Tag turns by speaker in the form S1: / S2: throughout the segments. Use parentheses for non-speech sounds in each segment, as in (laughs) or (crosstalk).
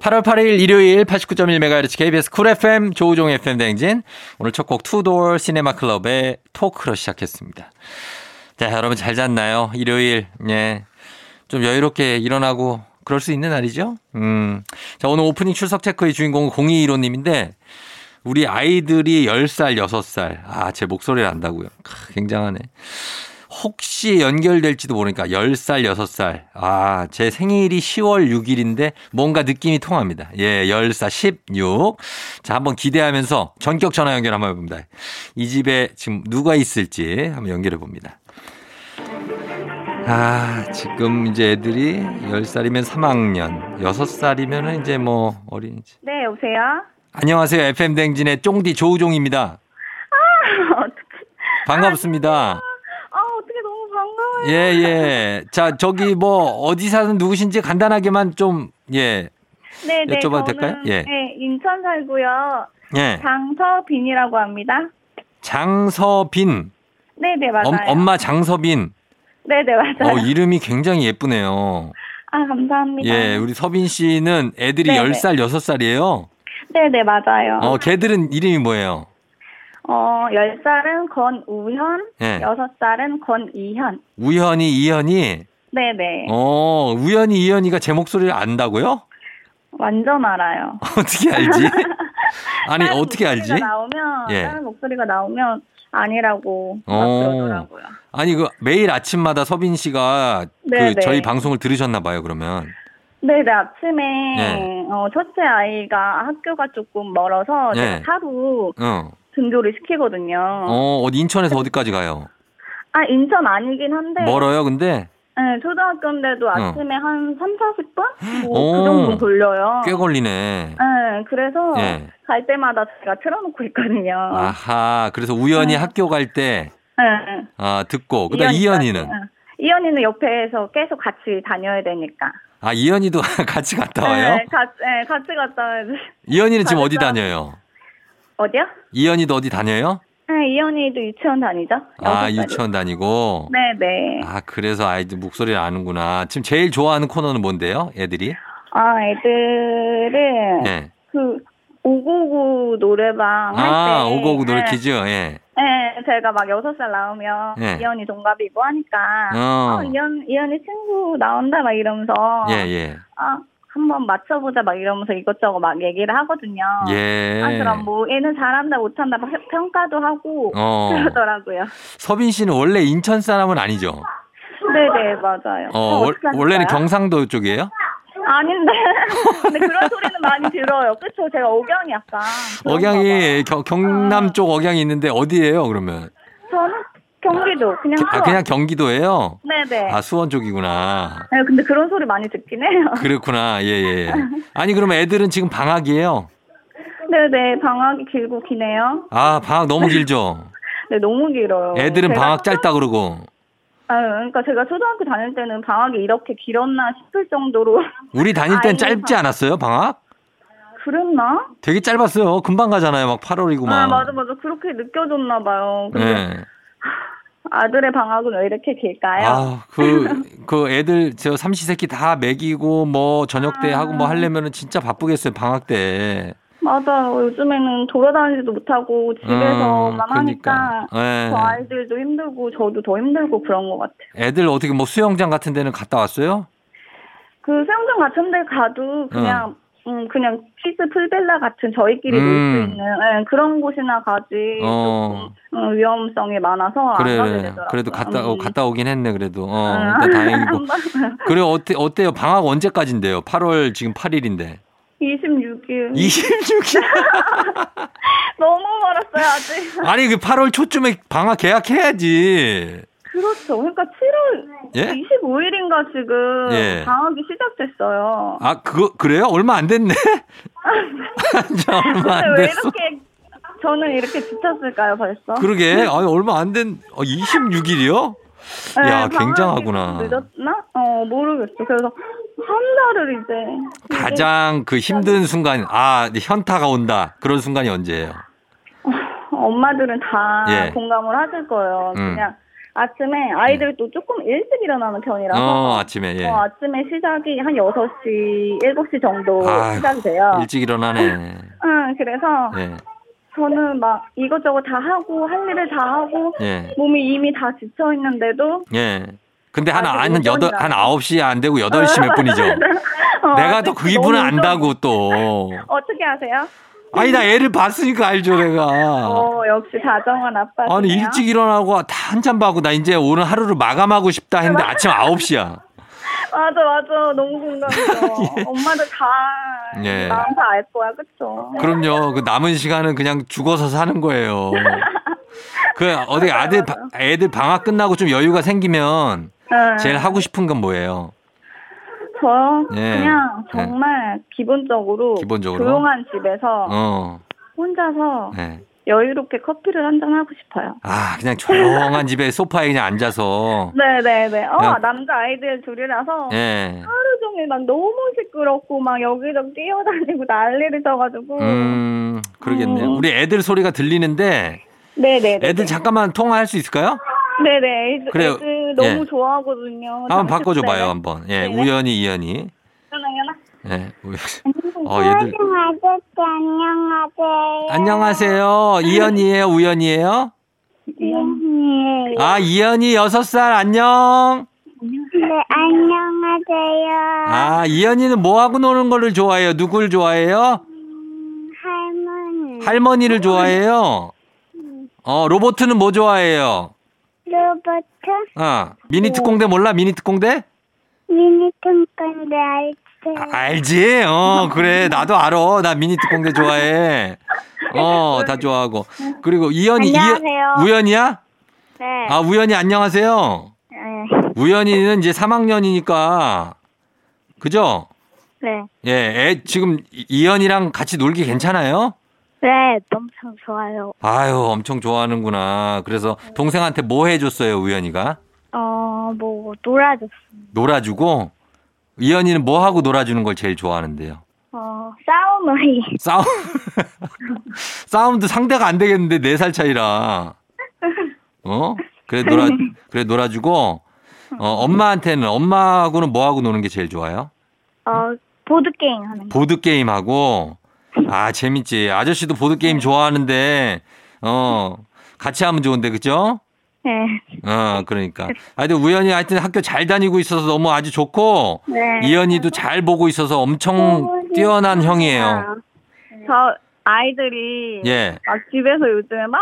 S1: 8월 8일 일요일 89.1MHz KBS 쿨 FM 조우종 FM 댕진 오늘 첫 곡 투도어 시네마 클럽의 토크로 시작했습니다. 자 여러분 잘 잤나요? 일요일 예. 예좀 여유롭게 일어나고 그럴 수 있는 날이죠. 음. 자 오늘 오프닝 출석 체크의 주인공은 0215님인데 우리 아이들이 10살, 6살. 아, 제 목소리를 안다고요. 크, 굉장하네. 혹시 연결될지도 모르니까 10살, 6살. 아, 제 생일이 10월 6일인데 뭔가 느낌이 통합니다. 예, 14, 16. 자, 한번 기대하면서 전격 전화 연결 한번 해봅니다. 이 집에 지금 누가 있을지 한번 연결해 봅니다. 아, 지금 이제 애들이 10살이면 3학년, 6살이면 이제 뭐 어린이집.
S2: 네, 여보세요?
S1: 안녕하세요. FM 댕진의 쫑디 조우종입니다.
S2: 아, 어떡해.
S1: 반갑습니다.
S2: 아, 어떡해. 너무 반가워요.
S1: 예, 예. 자, 저기 뭐 어디 사는 누구신지 간단하게만 좀 예.
S2: 네, 네.
S1: 여쭤봐도
S2: 저는,
S1: 될까요? 예.
S2: 네, 인천 살고요.
S1: 예.
S2: 장서빈이라고 합니다.
S1: 장서빈.
S2: 네, 네,
S1: 엄,
S2: 맞아요.
S1: 엄마 장서빈.
S2: 네, 네, 맞아요. (laughs)
S1: 어, 이름이 굉장히 예쁘네요.
S2: 아, 감사합니다.
S1: 예, 우리 서빈 씨는 애들이
S2: 네,
S1: 열 10살, 여섯 6살이에요.
S2: 네, 네, 맞아요.
S1: 어, 걔들은 이름이 뭐예요?
S2: 어, 10살은 권우현,
S1: 예.
S2: 여섯 살은 권이현.
S1: 우연이, 이현이.
S2: 네, 네.
S1: 어, 우연이, 이현이가 제 목소리를 안다고요? (laughs)
S2: 완전 알아요.
S1: 어떻게 알지?
S2: (laughs)
S1: 아니,
S2: 다른
S1: 어떻게 알지?
S2: 목소리가 나오면
S1: 예.
S2: 다른 목소리가 나오면 아니라고 막
S1: 어.
S2: 그러더라고요.
S1: 아니 그 매일 아침마다 서빈 씨가
S2: 네,
S1: 그
S2: 네.
S1: 저희 방송을 들으셨나 봐요 그러면
S2: 네, 네 아침에
S1: 네.
S2: 어, 첫째 아이가 학교가 조금 멀어서
S1: 네.
S2: 제가 차로
S1: 어,
S2: 등교를 시키거든요.
S1: 어 어디 인천에서 어디까지 가요
S2: 아 인천 아니긴 한데
S1: 멀어요 근데
S2: 네, 초등학교인데도 아침에 한 3, 40분? 뭐
S1: 오.
S2: 그 정도 돌려요.
S1: 꽤 걸리네
S2: 네, 그래서
S1: 예.
S2: 갈 때마다 제가 틀어놓고 있거든요.
S1: 아하 그래서 우연히
S2: 네.
S1: 학교 갈 때
S2: 네.
S1: 아, 듣고 그다음 이연이는
S2: 네. 이현이는 옆에서 계속 같이 다녀야 되니까.
S1: 아 이연이도 (laughs) 같이 갔다 와요
S2: 네, 같이, 네, 같이 갔다 와야 돼.
S1: 이연이는 지금 어디
S2: 가니까.
S1: 다녀요
S2: 어디요?
S1: 이연이도 어디 다녀요
S2: 네, 이현이도 유치원 다니죠. 여섯
S1: 아
S2: 살이요.
S1: 유치원 다니고
S2: 네, 네.
S1: 아 그래서 아이들 목소리를 아는구나 지금 제일 좋아하는 코너는 뭔데요 애들이
S2: 아, 애들은
S1: 예
S2: 그559 노래방
S1: 아
S2: 할 때.
S1: 오고오고 노래
S2: 네,
S1: 퀴즈 예
S2: 네, 제가 막 6살 나오면
S1: 네.
S2: 이현이 동갑이고 하니까
S1: 어.
S2: 어, 이현, 이현이 친구 나온다 막 이러면서
S1: 예, 예.
S2: 아, 한번 맞춰보자 막 이러면서 이것저것 막 얘기를 하거든요.
S1: 예.
S2: 아, 그럼 뭐 얘는 잘한다 못한다 막 평가도 하고 (laughs)
S1: 어.
S2: 그러더라고요.
S1: 서빈 씨는 원래 인천 사람은 아니죠?
S2: 네네, 맞아요.
S1: 어,
S2: 어,
S1: 월-
S2: 어떻게 하셨어요?
S1: 원래는 경상도 쪽이에요?
S2: 아닌데. (laughs) 근데 그런 소리는 많이 들어요. 그쵸? 제가 억양이 약간. 그런가 봐요. 아.
S1: 억양이 어, 겨- 경남 쪽 억양이 있는데 어디예요, 그러면?
S2: 저는 경기도 그냥
S1: 아,
S2: 수원.
S1: 그냥 경기도예요?
S2: 네네.
S1: 아, 수원 쪽이구나.
S2: 네, 근데 그런 소리 많이 듣긴 해요. (laughs)
S1: 그렇구나. 예, 예. 아니, 그럼 애들은 지금 방학이에요?
S2: 네네. 방학이 길고 기네요.
S1: 아, 방학 너무 길죠?
S2: 네, 너무 길어요.
S1: 애들은
S2: 제가-
S1: 방학 짧다 그러고.
S2: 아, 그러니까 제가 초등학교 다닐 때는 방학이 이렇게 길었나 싶을 정도로 (laughs)
S1: 우리 다닐 땐
S2: 아이고.
S1: 짧지 않았어요, 방학?
S2: 그랬나?
S1: 되게 짧았어요. 금방 가잖아요. 막 8월이고 막.
S2: 아, 맞아, 맞아. 그렇게 느껴졌나 봐요. 근데
S1: 예.
S2: 아들의 방학은 왜 이렇게 길까요?
S1: 아, 그, 그 애들 저 삼시세끼 다 먹이고 뭐 저녁
S2: 아.
S1: 때 하고 뭐 하려면은 진짜 바쁘겠어요. 방학 때.
S2: 맞아요. 요즘에는 돌아다니지도 못하고 집에서만
S1: 그러니까.
S2: 하니까
S1: 예.
S2: 저 아이들도 힘들고 저도 더 힘들고 그런 것 같아요.
S1: 애들 어떻게 뭐 수영장 같은 데는 갔다 왔어요?
S2: 그 수영장 같은 데 가도 그냥 음, 그냥 키즈 풀빌라 같은 저희끼리 놀 수
S1: 어. 음.
S2: 있는 예, 그런 곳이나 가지
S1: 어.
S2: 조금 음, 위험성이 많아서
S1: 그래.
S2: 네, 안 가게 되더라고요.
S1: 그래도 갔다 오,
S2: 음.
S1: 갔다 오긴 했네 그래도. 어,
S2: 음.
S1: 일단 다행이고.
S2: (laughs) 한번
S1: 그래 어때 어때요? 방학 언제까지인데요? 8월 지금 8일인데.
S2: 26일 (laughs)
S1: 26일.
S2: 너무 멀었어요 아직 (laughs)
S1: 아니 그 8월 초쯤에 방학 계약해야지.
S2: 그렇죠 그러니까 7월
S1: 예?
S2: 25일인가 지금
S1: 예.
S2: 방학이 시작됐어요
S1: 아, 그거 그래요? 얼마 안
S2: (laughs)
S1: 됐네. (laughs) 진짜 얼마 아, 안
S2: 왜
S1: 됐어.
S2: 이렇게 저는 이렇게 지쳤을까요 벌써?
S1: 그러게. 아니, 얼마 안 된, 어, 26일이요?
S2: 네,
S1: 야,
S2: 방학이
S1: 굉장하구나.
S2: 늦었나? 어 모르겠어. 그래서 한 달을 이제
S1: 가장 그 힘든 순간, 아, 이제 현타가 온다. 그런 순간이 언제예요?
S2: 엄마들은 다
S1: 예.
S2: 공감을 하실 거예요.
S1: 음.
S2: 그냥 아침에 아이들이 또 조금 일찍 일어나는 편이라서
S1: 어, 아침에, 예.
S2: 어, 아침에 시작이 한 6시, 7시 정도
S1: 아이고,
S2: 시작이 돼요.
S1: 일찍 일어나네.
S2: 응, 그래서
S1: 예.
S2: 저는 막 이것저것 다 하고 할 일을 다 하고
S1: 예.
S2: 몸이 이미 다 지쳐 있는데도
S1: 예. 근데 한,
S2: 아주 네,
S1: 아, 한, 여덟, 한
S2: 운전이라.
S1: 9시 안 되고 8시 몇
S2: (laughs)
S1: 분이죠.
S2: 어,
S1: 내가 더 그 기분을 안다고 또.
S2: 어떻게 아세요?
S1: 아니, 나 애를 봤으니까 알죠, 내가.
S2: 어, 역시 다정한 아빠.
S1: 아니, 일찍 일어나고 다 한참 봐고 나 이제 오늘 하루를 마감하고 싶다 했는데 아침 9시야.
S2: 맞아, 맞아.
S1: (laughs)
S2: 너무 공감해요. 엄마들 다,
S1: 예.
S2: 마음 다 알 거야, 그쵸?
S1: 그럼요. 그 남은 시간은 그냥 죽어서 사는 거예요. 그 어디 아들 바- 애들 방학 끝나고 좀 여유가 생기면
S2: 네.
S1: 그 제일 하고 싶은 건 뭐예요?
S2: 저요?
S1: 예.
S2: 그냥
S1: 예.
S2: 정말 기본적으로,
S1: 기본적으로?
S2: 조용한 집에서
S1: 어.
S2: 혼자서
S1: 네.
S2: 여유롭게 커피를 한잔 하고 싶어요.
S1: 아, 그냥 조용한 집에 소파에 그냥 앉아서
S2: 네네네. 어,
S1: 야.
S2: 남자 아이들 둘이라서
S1: 예.
S2: 하루 종일 막 너무 시끄럽고 막 여기저기 뛰어다니고 난리를 쳐가지고.
S1: 음, 그러겠네요.
S2: 음.
S1: 우리 애들 소리가 들리는데
S2: 네네네.
S1: 애들 잠깐만 통화할 수 있을까요?
S2: 네네. 애들,
S1: 그래요.
S2: 애들 너무
S1: 예.
S2: 좋아하거든요.
S1: 한번 바꿔 줘 봐요,
S2: 잠시만요.
S1: 한번. 예.
S2: 네네.
S1: 우연히 이연이.
S2: 잠시만요.
S1: 예. 우연- 어, 얘들-
S2: 안녕하세요. 안녕하세요.
S1: 안녕하세요. 이연이에요, 우연이에요?
S2: 예, 네,
S1: 아, 이연이 여섯 살 안녕.
S2: 안녕하세요.
S1: 아, 이연이는 뭐 하고 노는 거를 좋아해요? 누굴 좋아해요?
S2: 할머니.
S1: 할머니를 좋아해요. 어, 로버트는 뭐 좋아해요?
S2: 로버트
S1: 아, 미니 특공대 몰라? 미니 특공대?
S2: 미니 통건데
S1: 아,
S2: 알지?
S1: 알지? 어, 그래. 나도 알아. 나 미니 특공대 좋아해. 어, 다 좋아하고. 그리고 이연이 이연-
S2: 안녕하세요.
S1: 우연이야?
S2: 네.
S1: 아, 우연이 안녕하세요.
S2: 네.
S1: 우연이는 이제 3학년이니까. 그죠?
S2: 네.
S1: 예, 애 지금 이- 이연이랑 같이 놀기 괜찮아요?
S2: 네, 엄청 좋아요.
S1: 아유, 엄청 좋아하는구나. 그래서 동생한테 뭐 해줬어요, 우연이가?
S2: 어, 뭐, 놀아줬어.
S1: 놀아주고, 이연이는 뭐 하고 놀아주는 걸 제일 좋아하는데요?
S2: 어, 싸움의.
S1: 싸움, (laughs) 싸움도 상대가 안 되겠는데, 네 살 차이라. 어? 그래, 놀아, 그래, 놀아주고, 어, 엄마한테는, 엄마하고는 뭐하고 노는 게 제일 좋아요?
S2: 어, 보드게임 하는 거.
S1: 보드게임하고, 아, 재밌지. 아저씨도 보드게임 좋아하는데, 어, 같이 하면 좋은데, 그죠?
S2: 네.
S1: 어, 그러니까. 하여튼 우연히 하여튼 학교 잘 다니고 있어서 너무 아주 좋고,
S2: 네.
S1: 이연이도 잘 보고 있어서 엄청 뛰어난
S2: 아,
S1: 형이에요.
S2: 저 아이들이
S1: 예.
S2: 막 집에서 요즘에 막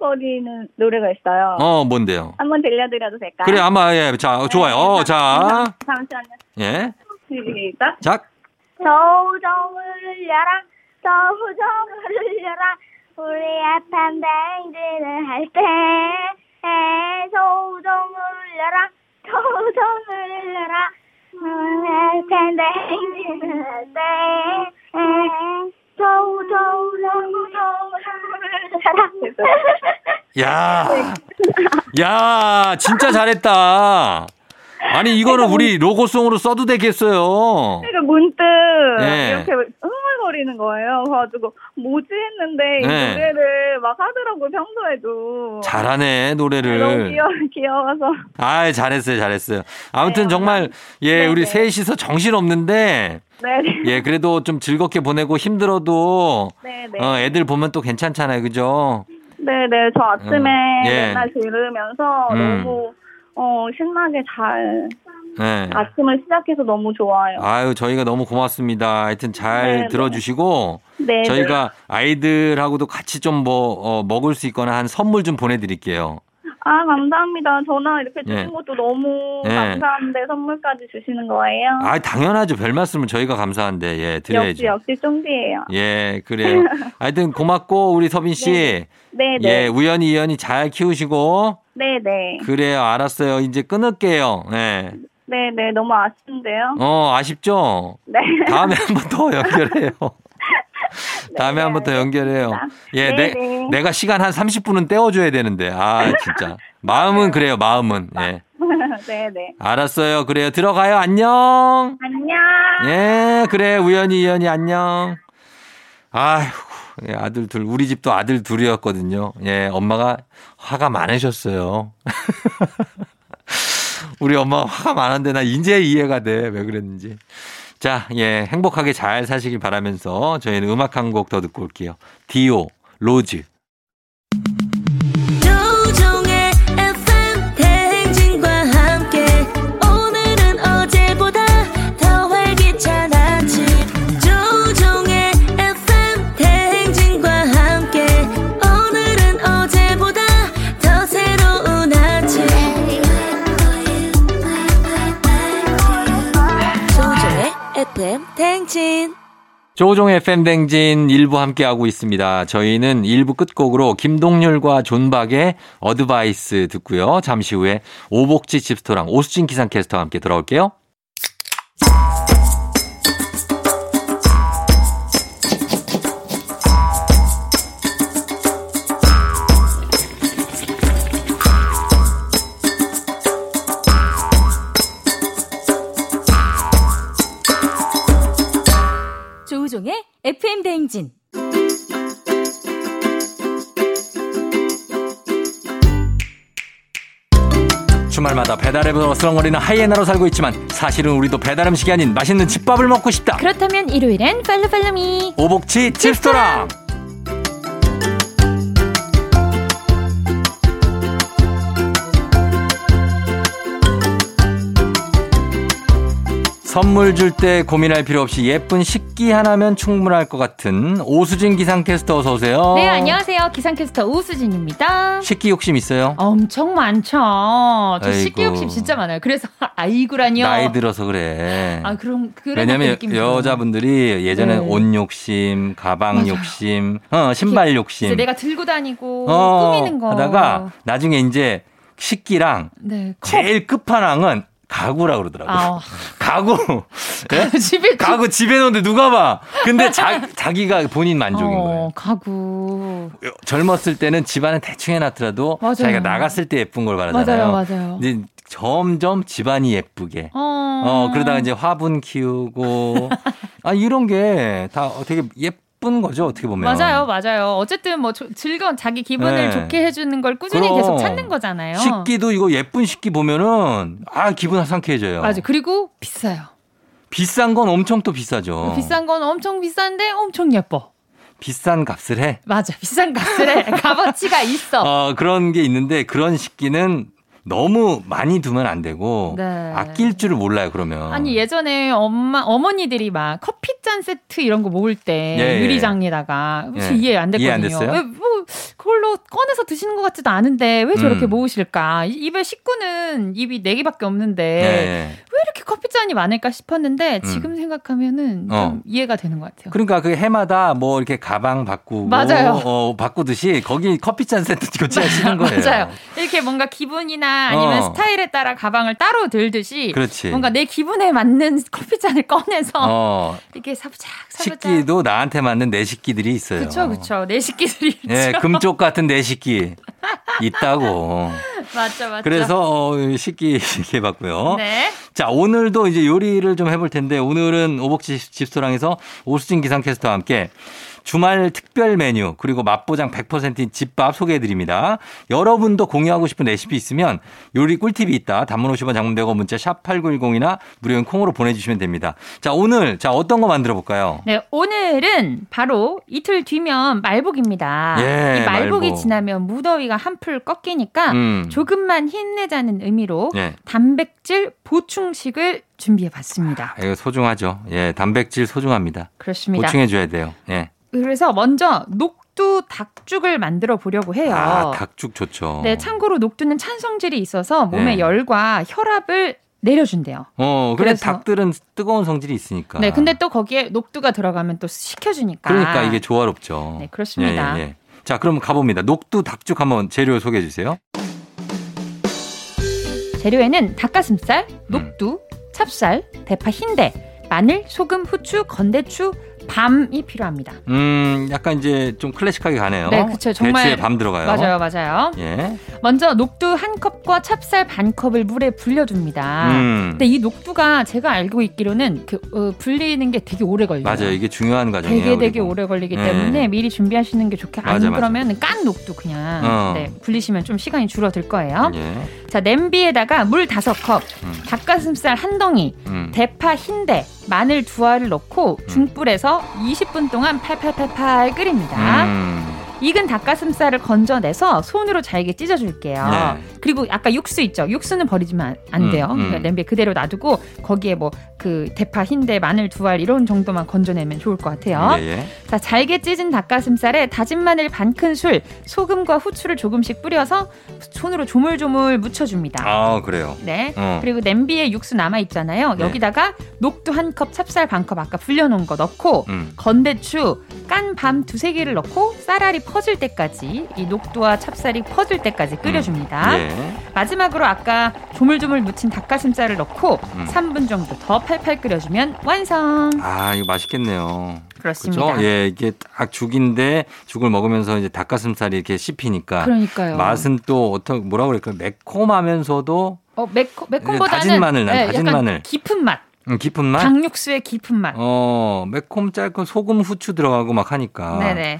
S2: 흥얼거리는 노래가 있어요.
S1: 어, 뭔데요?
S2: 한번 들려드려도 될까요?
S1: 그래, 아마, 예.
S2: 네,
S1: 자, 좋아요. 어, 자.
S2: 잠시만요.
S1: 예.
S2: 시작.
S1: 자,
S2: 저우정을 울려라. 저우정을 울려라. 우리 아탄 뱅지를 할 때. 저우정을 울려라. 저우정을 울려라. 우리 아탄 뱅지를 할 때. 저우정을 울려라. (laughs)
S1: 야. 야, 진짜 잘했다. 아니, 이거는 우리 로고송으로 써도 되겠어요.
S2: 제가 문득
S1: 네.
S2: 이렇게 흥얼거리는 거예요. 그래가지고 뭐지 했는데 이
S1: 네.
S2: 노래를 막 하더라고 요 평소에도.
S1: 잘하네,
S2: 아, 너무
S1: 노래를.
S2: 귀여 귀여워서.
S1: 아 잘했어요, 잘했어요. 아무튼
S2: 네,
S1: 정말, 예,
S2: 네,
S1: 우리
S2: 네.
S1: 셋이서 정신 없는데,
S2: 네.
S1: 예, 그래도 좀 즐겁게 보내고 힘들어도
S2: 네, 네.
S1: 어, 애들 보면 또 괜찮잖아요, 그죠?
S2: 네, 네. 저 아침에
S1: 음, 예.
S2: 맨날 들으면서
S1: 음.
S2: 너무 어 신나게 잘
S1: 예.
S2: 아침을 시작해서 너무 좋아요.
S1: 아유, 저희가 너무 고맙습니다. 하여튼 잘
S2: 네, 네.
S1: 들어주시고
S2: 네.
S1: 저희가 아이들하고도 같이 좀 뭐 먹을 수 있거나 한 선물 좀 보내드릴게요.
S2: 네. 아 감사합니다. 전화 이렇게 주신
S1: 예.
S2: 것도 너무
S1: 예.
S2: 감사한데 선물까지 주시는 거예요.
S1: 아, 당연하죠. 별 말씀을 저희가 감사한데 예,
S2: 역시
S1: 드려야죠.
S2: 역시 쫑디예요.
S1: 예, 그래요.
S2: (laughs)
S1: 하여튼 고맙고 우리 서빈 씨,
S2: 네,
S1: 예,
S2: 네.
S1: 우연히 이연이 잘 키우시고
S2: 네, 네.
S1: 그래요. 알았어요. 이제 끊을게요. 예.
S2: 네, 네, 너무 아쉽는데요.
S1: 어, 아쉽죠?
S2: 네. (laughs)
S1: 다음에 한 번 더 연결해요. 다음에 한 번 더 연결해요. 예,
S2: 네,
S1: 내,
S2: 네.
S1: 내가 시간 한 30분은 때워줘야 되는데. 아, 진짜. 마음은 그래요, 마음은. 예.
S2: 네, 네.
S1: 알았어요. 그래요. 들어가요. 안녕.
S2: 안녕.
S1: 예, 그래. 우연히, 이연이 안녕. 아휴, 예, 아들 둘, 우리 집도 아들 둘이었거든요. 예, 엄마가 화가 많으셨어요. (laughs) 우리 엄마가 화가 많은데 나 이제 이해가 돼. 왜 그랬는지. 자, 예, 행복하게 잘 사시길 바라면서 저희는 음악 한 곡 더 듣고 올게요. 디오, 로즈.
S3: 조종의 FM 대행진과 함께 오늘은 어제보다 더 활기찬 아침 조종의 FM 대행진과 함께 오늘은 어제보다 더 새로운 아침 조종의 FM 대행진
S1: 조종의 팬댕진 일부 함께하고 있습니다. 저희는 일부 끝곡으로 김동률과 존박의 어드바이스 듣고요. 잠시 후에 오복지 집스토랑 오수진 기상캐스터와 함께 돌아올게요.
S4: 조우종의 FM 대행진.
S1: 주말마다 배달앱으로 어슬렁거리는 하이에나로 살고 있지만 사실은 우리도 배달음식이 아닌 맛있는 집밥을 먹고 싶다.
S4: 그렇다면 일요일엔 팔로팔로미.
S1: 오복치 집스토랑! 선물 줄 때 고민할 필요 없이 예쁜 식기 하나면 충분할 것 같은 오수진 기상캐스터 어서 오세요.
S4: 네, 안녕하세요. 기상캐스터 우수진입니다.
S1: 식기 욕심 있어요?
S4: 엄청 많죠. 저
S1: 아이고.
S4: 식기 욕심 진짜 많아요. 그래서 아이구라니요.
S1: 나이 들어서 그래.
S4: 아 그럼 그래.
S1: 왜냐면 여, 자분들이 예전에
S4: 네.
S1: 옷 욕심, 가방
S4: 맞아요.
S1: 욕심, 어, 신발 욕심,
S4: 내가 들고 다니고
S1: 어,
S4: 꾸미는 거.
S1: 하다가 나중에 이제 식기랑
S4: 네. 컵.
S1: 제일 끝판왕은 가구라 그러더라고요.
S4: 아, (laughs) 그?
S1: 가구. 예?
S4: 집에
S1: 가구 집에 놓는데 누가 봐. 근데
S4: (laughs)
S1: 자, 자기가 본인 만족인 거예요.
S4: 어, 가구.
S1: 젊었을 때는 집안은 대충 해놨더라도
S4: 맞아요.
S1: 자기가 나갔을 때 예쁜 걸
S4: 맞아요,
S1: 바라잖아요.
S4: 맞아요.
S1: 이제 점점 집안이 예쁘게.
S4: 어.
S1: 어, 그러다가 이제 화분
S4: (laughs)
S1: 키우고. 아, 이런 게 다 되게 예쁜 거죠, 어떻게 보면.
S4: 맞아요, 맞아요. 어쨌든 뭐 조- 즐거운 자기 기분을
S1: 네.
S4: 좋게 해주는 걸 꾸준히
S1: 그럼.
S4: 계속 찾는 거잖아요.
S1: 식기도 이거 예쁜 식기 보면은 아, 기분 상쾌해져요.
S4: 맞아. 그리고 비싸요.
S1: 비싼 건 엄청 또 비싸죠.
S4: 어, 비싼 건 엄청 비싼데 엄청 예뻐.
S1: 비싼 값을 해.
S4: 맞아. 비싼 값에 값어치가 있어.
S1: 어, 그런 게 있는데 그런 식기는 너무 많이 두면 안 되고
S4: 네.
S1: 아낄 줄을 몰라요 그러면.
S4: 아니 예전에 엄마 어머니들이 막 커피잔 세트 이런 거 모을 때
S1: 예, 예.
S4: 유리장에다가 혹시
S1: 예.
S4: 이해 안
S1: 이해 안
S4: 됐거든요.
S1: 됐어요?
S4: 왜, 뭐 그걸로 꺼내서 드시는 것 같지도 않은데 왜 저렇게
S1: 음.
S4: 모으실까? 이- 입에 식구는 입이 네 개밖에 없는데
S1: 예, 예.
S4: 왜 이렇게 커피잔이 많을까 싶었는데 지금
S1: 음.
S4: 생각하면은 좀
S1: 어.
S4: 이해가 되는 것 같아요.
S1: 그러니까 그 해마다 뭐 이렇게 가방 바꾸고
S4: 맞아요.
S1: 어, 바꾸듯이 거기 커피잔 세트 (laughs) 교체하시는 거예요.
S4: 맞아요. 이렇게 뭔가 기분이나 아니면
S1: 어.
S4: 스타일에 따라 가방을 따로 들듯이
S1: 그렇지.
S4: 뭔가 내 기분에 맞는 (laughs) 커피잔을 꺼내서
S1: 어,
S4: 이렇게 사부작 사부작.
S1: 식기도 나한테 맞는 내 식기들이 있어요.
S4: 그쵸 그쵸 내 식기들이
S1: 예, 금쪽 같은 내
S4: (laughs)
S1: 식기 있다고.
S4: 맞죠 맞죠.
S1: 그래서 어, 식기 (laughs) 이렇게 봤고요.
S4: 네.
S1: 자, 오늘도 이제 요리를 좀 해볼 텐데 오늘은 오복지 집스토랑에서 오수진 기상캐스터와 함께 주말 특별 메뉴 그리고 맛보장 100%인 집밥 소개해드립니다. 여러분도 공유하고 싶은 레시피 있으면 요리 꿀팁이 있다. 단문 50원 장문대고 문자 샵 8910이나 무료인 콩으로 보내주시면 됩니다. 자, 오늘 자 어떤 거 만들어 볼까요?
S4: 네 오늘은 바로 이틀 뒤면 말복입니다.
S1: 예,
S4: 이 말복이
S1: 말복.
S4: 지나면 무더위가 한풀 꺾이니까
S1: 음.
S4: 아, 조금만 힘내자는 의미로
S1: 예.
S4: 단백질 보충식을 준비해봤습니다.
S1: 아, 이거 소중하죠. 예, 단백질 소중합니다.
S4: 그렇습니다.
S1: 보충해줘야 돼요. 예.
S4: 그래서 먼저 녹두 닭죽을 만들어 보려고 해요.
S1: 아, 닭죽 좋죠.
S4: 네, 참고로 녹두는 찬성질이 있어서 몸의
S1: 네.
S4: 열과 혈압을 내려준대요.
S1: 어, 그래
S4: 그래서-
S1: 닭들은 뜨거운 성질이 있으니까.
S4: 네, 근데 또 거기에 녹두가 들어가면 또 식혀주니까.
S1: 아. 그러니까 이게 조화롭죠.
S4: 네, 그렇습니다.
S1: 예, 예, 예. 자, 그럼 가봅니다. 녹두 닭죽 한번 재료 소개해 주세요.
S4: 재료에는
S1: 음.
S4: 닭가슴살, 녹두, 찹쌀, 대파 흰대, 마늘, 소금, 후추, 건대추, 밤이 필요합니다.
S1: 음, 약간 이제 좀 클래식하게 가네요.
S4: 네, 그쵸. 정말-
S1: 대추에 밤 들어가요.
S4: 맞아요, 맞아요.
S1: 예.
S4: 먼저 녹두 한 컵과 찹쌀 반 컵을 물에
S1: 음.
S4: 불려줍니다. 아, 근데 이 녹두가 제가 알고 있기로는 그 어, 불리는 게 되게 오래 걸려요.
S1: 맞아요. 이게 중요한 과정이에요.
S4: 되게 되게
S1: 그리고.
S4: 오래 걸리기
S1: 네.
S4: 때문에 미리 준비하시는 게 좋게 안
S1: 맞아, 맞아.
S4: 그러면 깐 녹두 그냥
S1: 어.
S4: 네, 불리시면 좀 시간이 줄어들 거예요.
S1: 예.
S4: 자 냄비에다가 물 다섯 컵,
S1: 음.
S4: 닭가슴살 한 덩이,
S1: 음.
S4: 대파 흰대, 마늘 두 알을 넣고 중불에서 20분 동안 팔팔팔팔 끓입니다.
S1: 음.
S4: 익은 닭가슴살을 건져내서 손으로 잘게 찢어줄게요.
S1: 네.
S4: 그리고 아까 육수 있죠. 육수는 버리지만 안-
S1: 음,
S4: 안 돼요.
S1: 음.
S4: 그러니까 냄비에 그대로 놔두고 거기에 뭐 그 대파 흰대, 마늘 두 알 이런 정도만 건져내면 좋을 것 같아요.
S1: 예, 예.
S4: 자, 잘게 찢은 닭가슴살에 다진 마늘 반 큰술, 소금과 후추를 조금씩 뿌려서 손으로 조물조물 묻혀줍니다.
S1: 아, 그래요.
S4: 네.
S1: 어.
S4: 그리고 냄비에 육수 남아 있잖아요.
S1: 네.
S4: 여기다가 녹두 한 컵, 찹쌀 반 컵 아까 불려놓은 거 넣고
S1: 음.
S4: 건대추, 깐 밤 두세 개를 넣고 쌀알이 퍼질 때까지 이 녹두와 찹쌀이 퍼질 때까지 끓여줍니다.
S1: 음. 예.
S4: 마지막으로 아까 조물조물 묻힌 닭가슴살을 넣고
S1: 음.
S4: 3분 정도 더 팔팔 끓여주면 완성.
S1: 아, 이거 맛있겠네요.
S4: 그렇습니다.
S1: 그렇죠? 예, 이게 딱 죽인데 죽을 먹으면서 이제 닭가슴살이 이렇게 씹히니까
S4: 그러니까요.
S1: 맛은 또 어떤 뭐라 그럴까요? 매콤하면서도
S4: 어, 매콤 매콤보다는
S1: 예,
S4: 예,
S1: 다진 마늘, 난 다진
S4: 약간
S1: 마늘.
S4: 깊은 맛,
S1: 음, 깊은 맛.
S4: 강육수의 깊은 맛.
S1: 어, 매콤 짧고 소금 후추 들어가고 막 하니까
S4: 네네,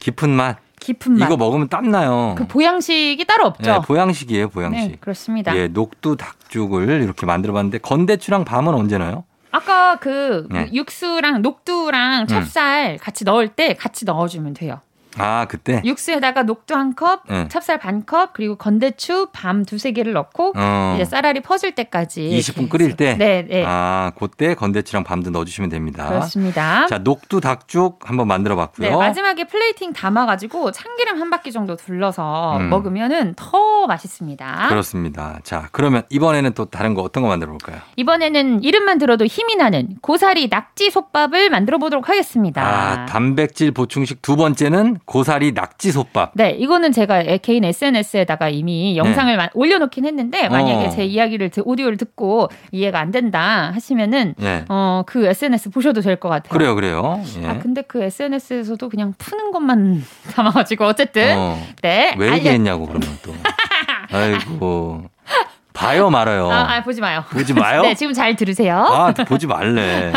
S1: 깊은 맛.
S4: 깊은 맛.
S1: 이거 먹으면 땀 나요.
S4: 그 보양식이 따로 없죠.
S1: 예, 보양식이에요, 보양식.
S4: 네, 그렇습니다.
S1: 예, 녹두 닭죽을 이렇게 만들어 봤는데 건대추랑 밤은 언제나요?
S4: 아까 그
S1: 네. 음.
S4: 육수랑 녹두랑 찹쌀 같이 넣을 때 같이 넣어주면 돼요.
S1: 아, 그때.
S4: 육수에다가 녹두 한 컵,
S1: 네.
S4: 찹쌀 반 컵, 그리고 건대추 밤 두세 개를 넣고
S1: 어.
S4: 이제 쌀알이 퍼질 때까지
S1: 20분
S4: 이렇게
S1: 끓일
S4: 해서.
S1: 때?
S4: 네, 네.
S1: 아, 그때 건대추랑 밤도 넣어 주시면 됩니다.
S4: 그렇습니다.
S1: 자, 녹두 닭죽 한번 만들어
S4: 네,
S1: 봤고요.
S4: 마지막에 플레이팅 담아가지고 참기름 한 바퀴 정도 둘러서
S1: 음.
S4: 먹으면은 더 맛있습니다.
S1: 그렇습니다. 자, 그러면 이번에는 또 다른 거 어떤 거 만들어 볼까요?
S4: 이번에는 이름만 들어도 힘이 나는 고사리 낙지 솥밥을 만들어 보도록 하겠습니다.
S1: 아, 단백질 보충식 두 번째는 고사리 낙지솥밥.
S4: 네, 이거는 제가 개인 SNS에다가 이미 영상을 마- 올려놓긴 했는데 만약에
S1: 네. 어.
S4: 제 이야기를 듣- 오디오를 듣고 이해가 안 된다 하시면은
S1: 예.
S4: 어 그 SNS 보셔도 될 것 같아요.
S1: 그래요, 그래요. 예.
S4: 아 근데 그 SNS에서도 그냥 푸는 것만 (laughs) 담아가지고 어쨌든
S1: 어,
S4: 네
S1: 왜
S4: 알려-
S1: 얘기했냐고 그러면
S4: (laughs)
S1: 또. 아이고. 봐요, 말아요.
S4: 아, 아, 보지 마요.
S1: 보지 마요.
S4: 네 지금 잘 들으세요.
S1: 아, 보지 말래.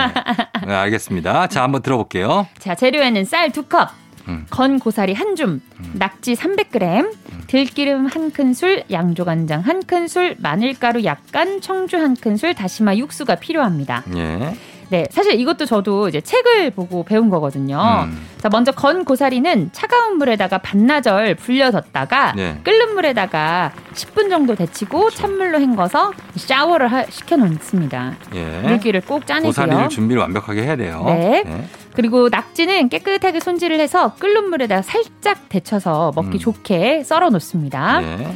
S1: 네, 알겠습니다. 자, 한번 들어볼게요.
S4: 자 재료에는 쌀 두 컵.
S1: 음.
S4: 건 고사리 한 줌, 낙지 300g, 들기름 한 큰술, 양조간장 한 큰술, 마늘가루 약간, 청주 한 큰술, 다시마 육수가 필요합니다.
S1: 예.
S4: 네, 사실 이것도 저도 이제 책을 보고 배운 거거든요.
S1: 음.
S4: 자, 먼저 건 고사리는 차가운 물에다가 반나절 불려뒀다가
S1: 네. 그렇죠.
S4: 끓는 물에다가 10분 정도 데치고 찬물로 헹궈서 샤워를 하- 시켜놓습니다.
S1: 예.
S4: 물기를 꼭 짜내고요.
S1: 고사리를 준비를 완벽하게 해야 돼요.
S4: 네.
S1: 예.
S4: 그리고 낙지는 깨끗하게 손질을 해서 끓는 물에다가 살짝 데쳐서 먹기
S1: 음.
S4: 좋게 썰어 놓습니다.
S1: 예.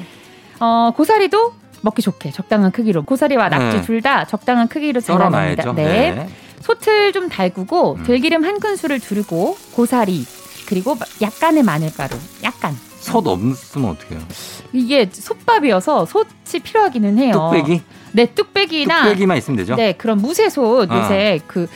S4: 어, 고사리도 먹기 좋게 적당한 크기로 고사리와 낙지
S1: 네.
S4: 둘 다 적당한 크기로 잘라줍니다.
S1: 썰어놔야죠.
S4: 네. 소틀 좀 달구고
S1: 음.
S4: 들기름 한 큰술을 두르고 고사리 그리고 마- 약간의 마늘가루 약간
S1: 솥 없으면 어떡해요?
S4: 이게 솥밥이어서 솥이 필요하기는 해요.
S1: 뚝배기?
S4: 네 뚝배기나
S1: 뚝배기만 있으면 되죠?
S4: 네 그런 무쇠솥
S1: 아.
S4: 요새 그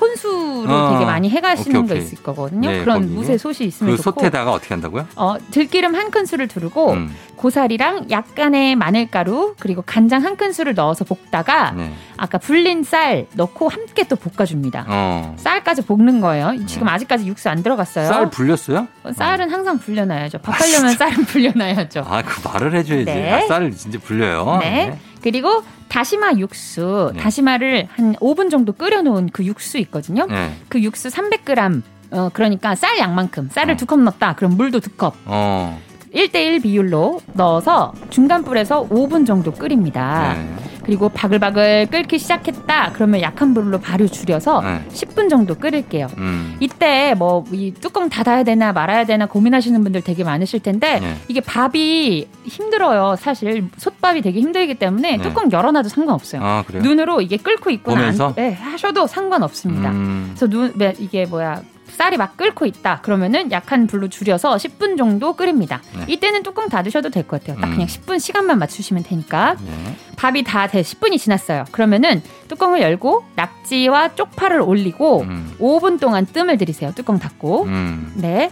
S4: 혼수로
S1: 아.
S4: 되게 많이 해가시는
S1: 오케이,
S4: 거
S1: 오케이.
S4: 있을 거거든요.
S1: 네,
S4: 그런
S1: 거기.
S4: 무쇠솥이 있으면
S1: 그
S4: 좋고
S1: 솥에다가 어떻게 한다고요?
S4: 어, 들기름 한 큰술을 두르고
S1: 음.
S4: 고사리랑 약간의 마늘가루 그리고 간장 한 큰술을 넣어서 볶다가
S1: 네.
S4: 아까 불린 쌀 넣고 함께 또 볶아줍니다.
S1: 어.
S4: 쌀까지 볶는 거예요. 지금 아직까지 육수 안 들어갔어요.
S1: 음. 쌀 아, 불렸어요?
S4: 어, 쌀은 항상 불려놔야죠. 밥하려면 쌀은 불려놔야죠.
S1: 아, 그 말을 해줘야지.
S4: 네.
S1: 아, 쌀을 진짜 불려요.
S4: 네. 그리고 다시마 육수,
S1: 네.
S4: 다시마를 한 5분 정도 끓여놓은 그 육수 있거든요.
S1: 네. 네.
S4: 그 육수 300g. 어, 그러니까 쌀 양만큼 쌀을
S1: 어.
S4: 두 컵 넣었다. 그럼 물도 두 컵.
S1: 어.
S4: 1대1 비율로 넣어서 중간 불에서 5분 정도 끓입니다.
S1: 네.
S4: 그리고 바글바글 끓기 시작했다. 그러면 약한 불로 바로 줄여서
S1: 네.
S4: 10분 정도 끓일게요.
S1: 음.
S4: 이때 뭐 이 뚜껑 닫아야 되나 말아야 되나 고민하시는 분들 되게 많으실 텐데
S1: 네.
S4: 이게 밥이 힘들어요. 사실 솥밥이 되게 힘들기 때문에
S1: 네.
S4: 뚜껑 열어놔도 상관없어요.
S1: 아, 그래요?
S4: 눈으로 이게 끓고 있거나 안-
S1: 보면서?
S4: 네, 하셔도 상관없습니다.
S1: 음.
S4: 그래서 눈 네, 이게 뭐야 쌀이 막 끓고 있다. 그러면은 약한 불로 줄여서 10분 정도 끓입니다.
S1: 네.
S4: 이때는 뚜껑 닫으셔도 될 것 같아요. 딱
S1: 음.
S4: 그냥 10분 시간만 맞추시면 되니까.
S1: 예.
S4: 밥이 다 돼, 10분이 지났어요. 그러면은 뚜껑을 열고 낙지와 쪽파를 올리고
S1: 음.
S4: 5분 동안 뜸을 들이세요. 뚜껑 닫고.
S1: 음.
S4: 네.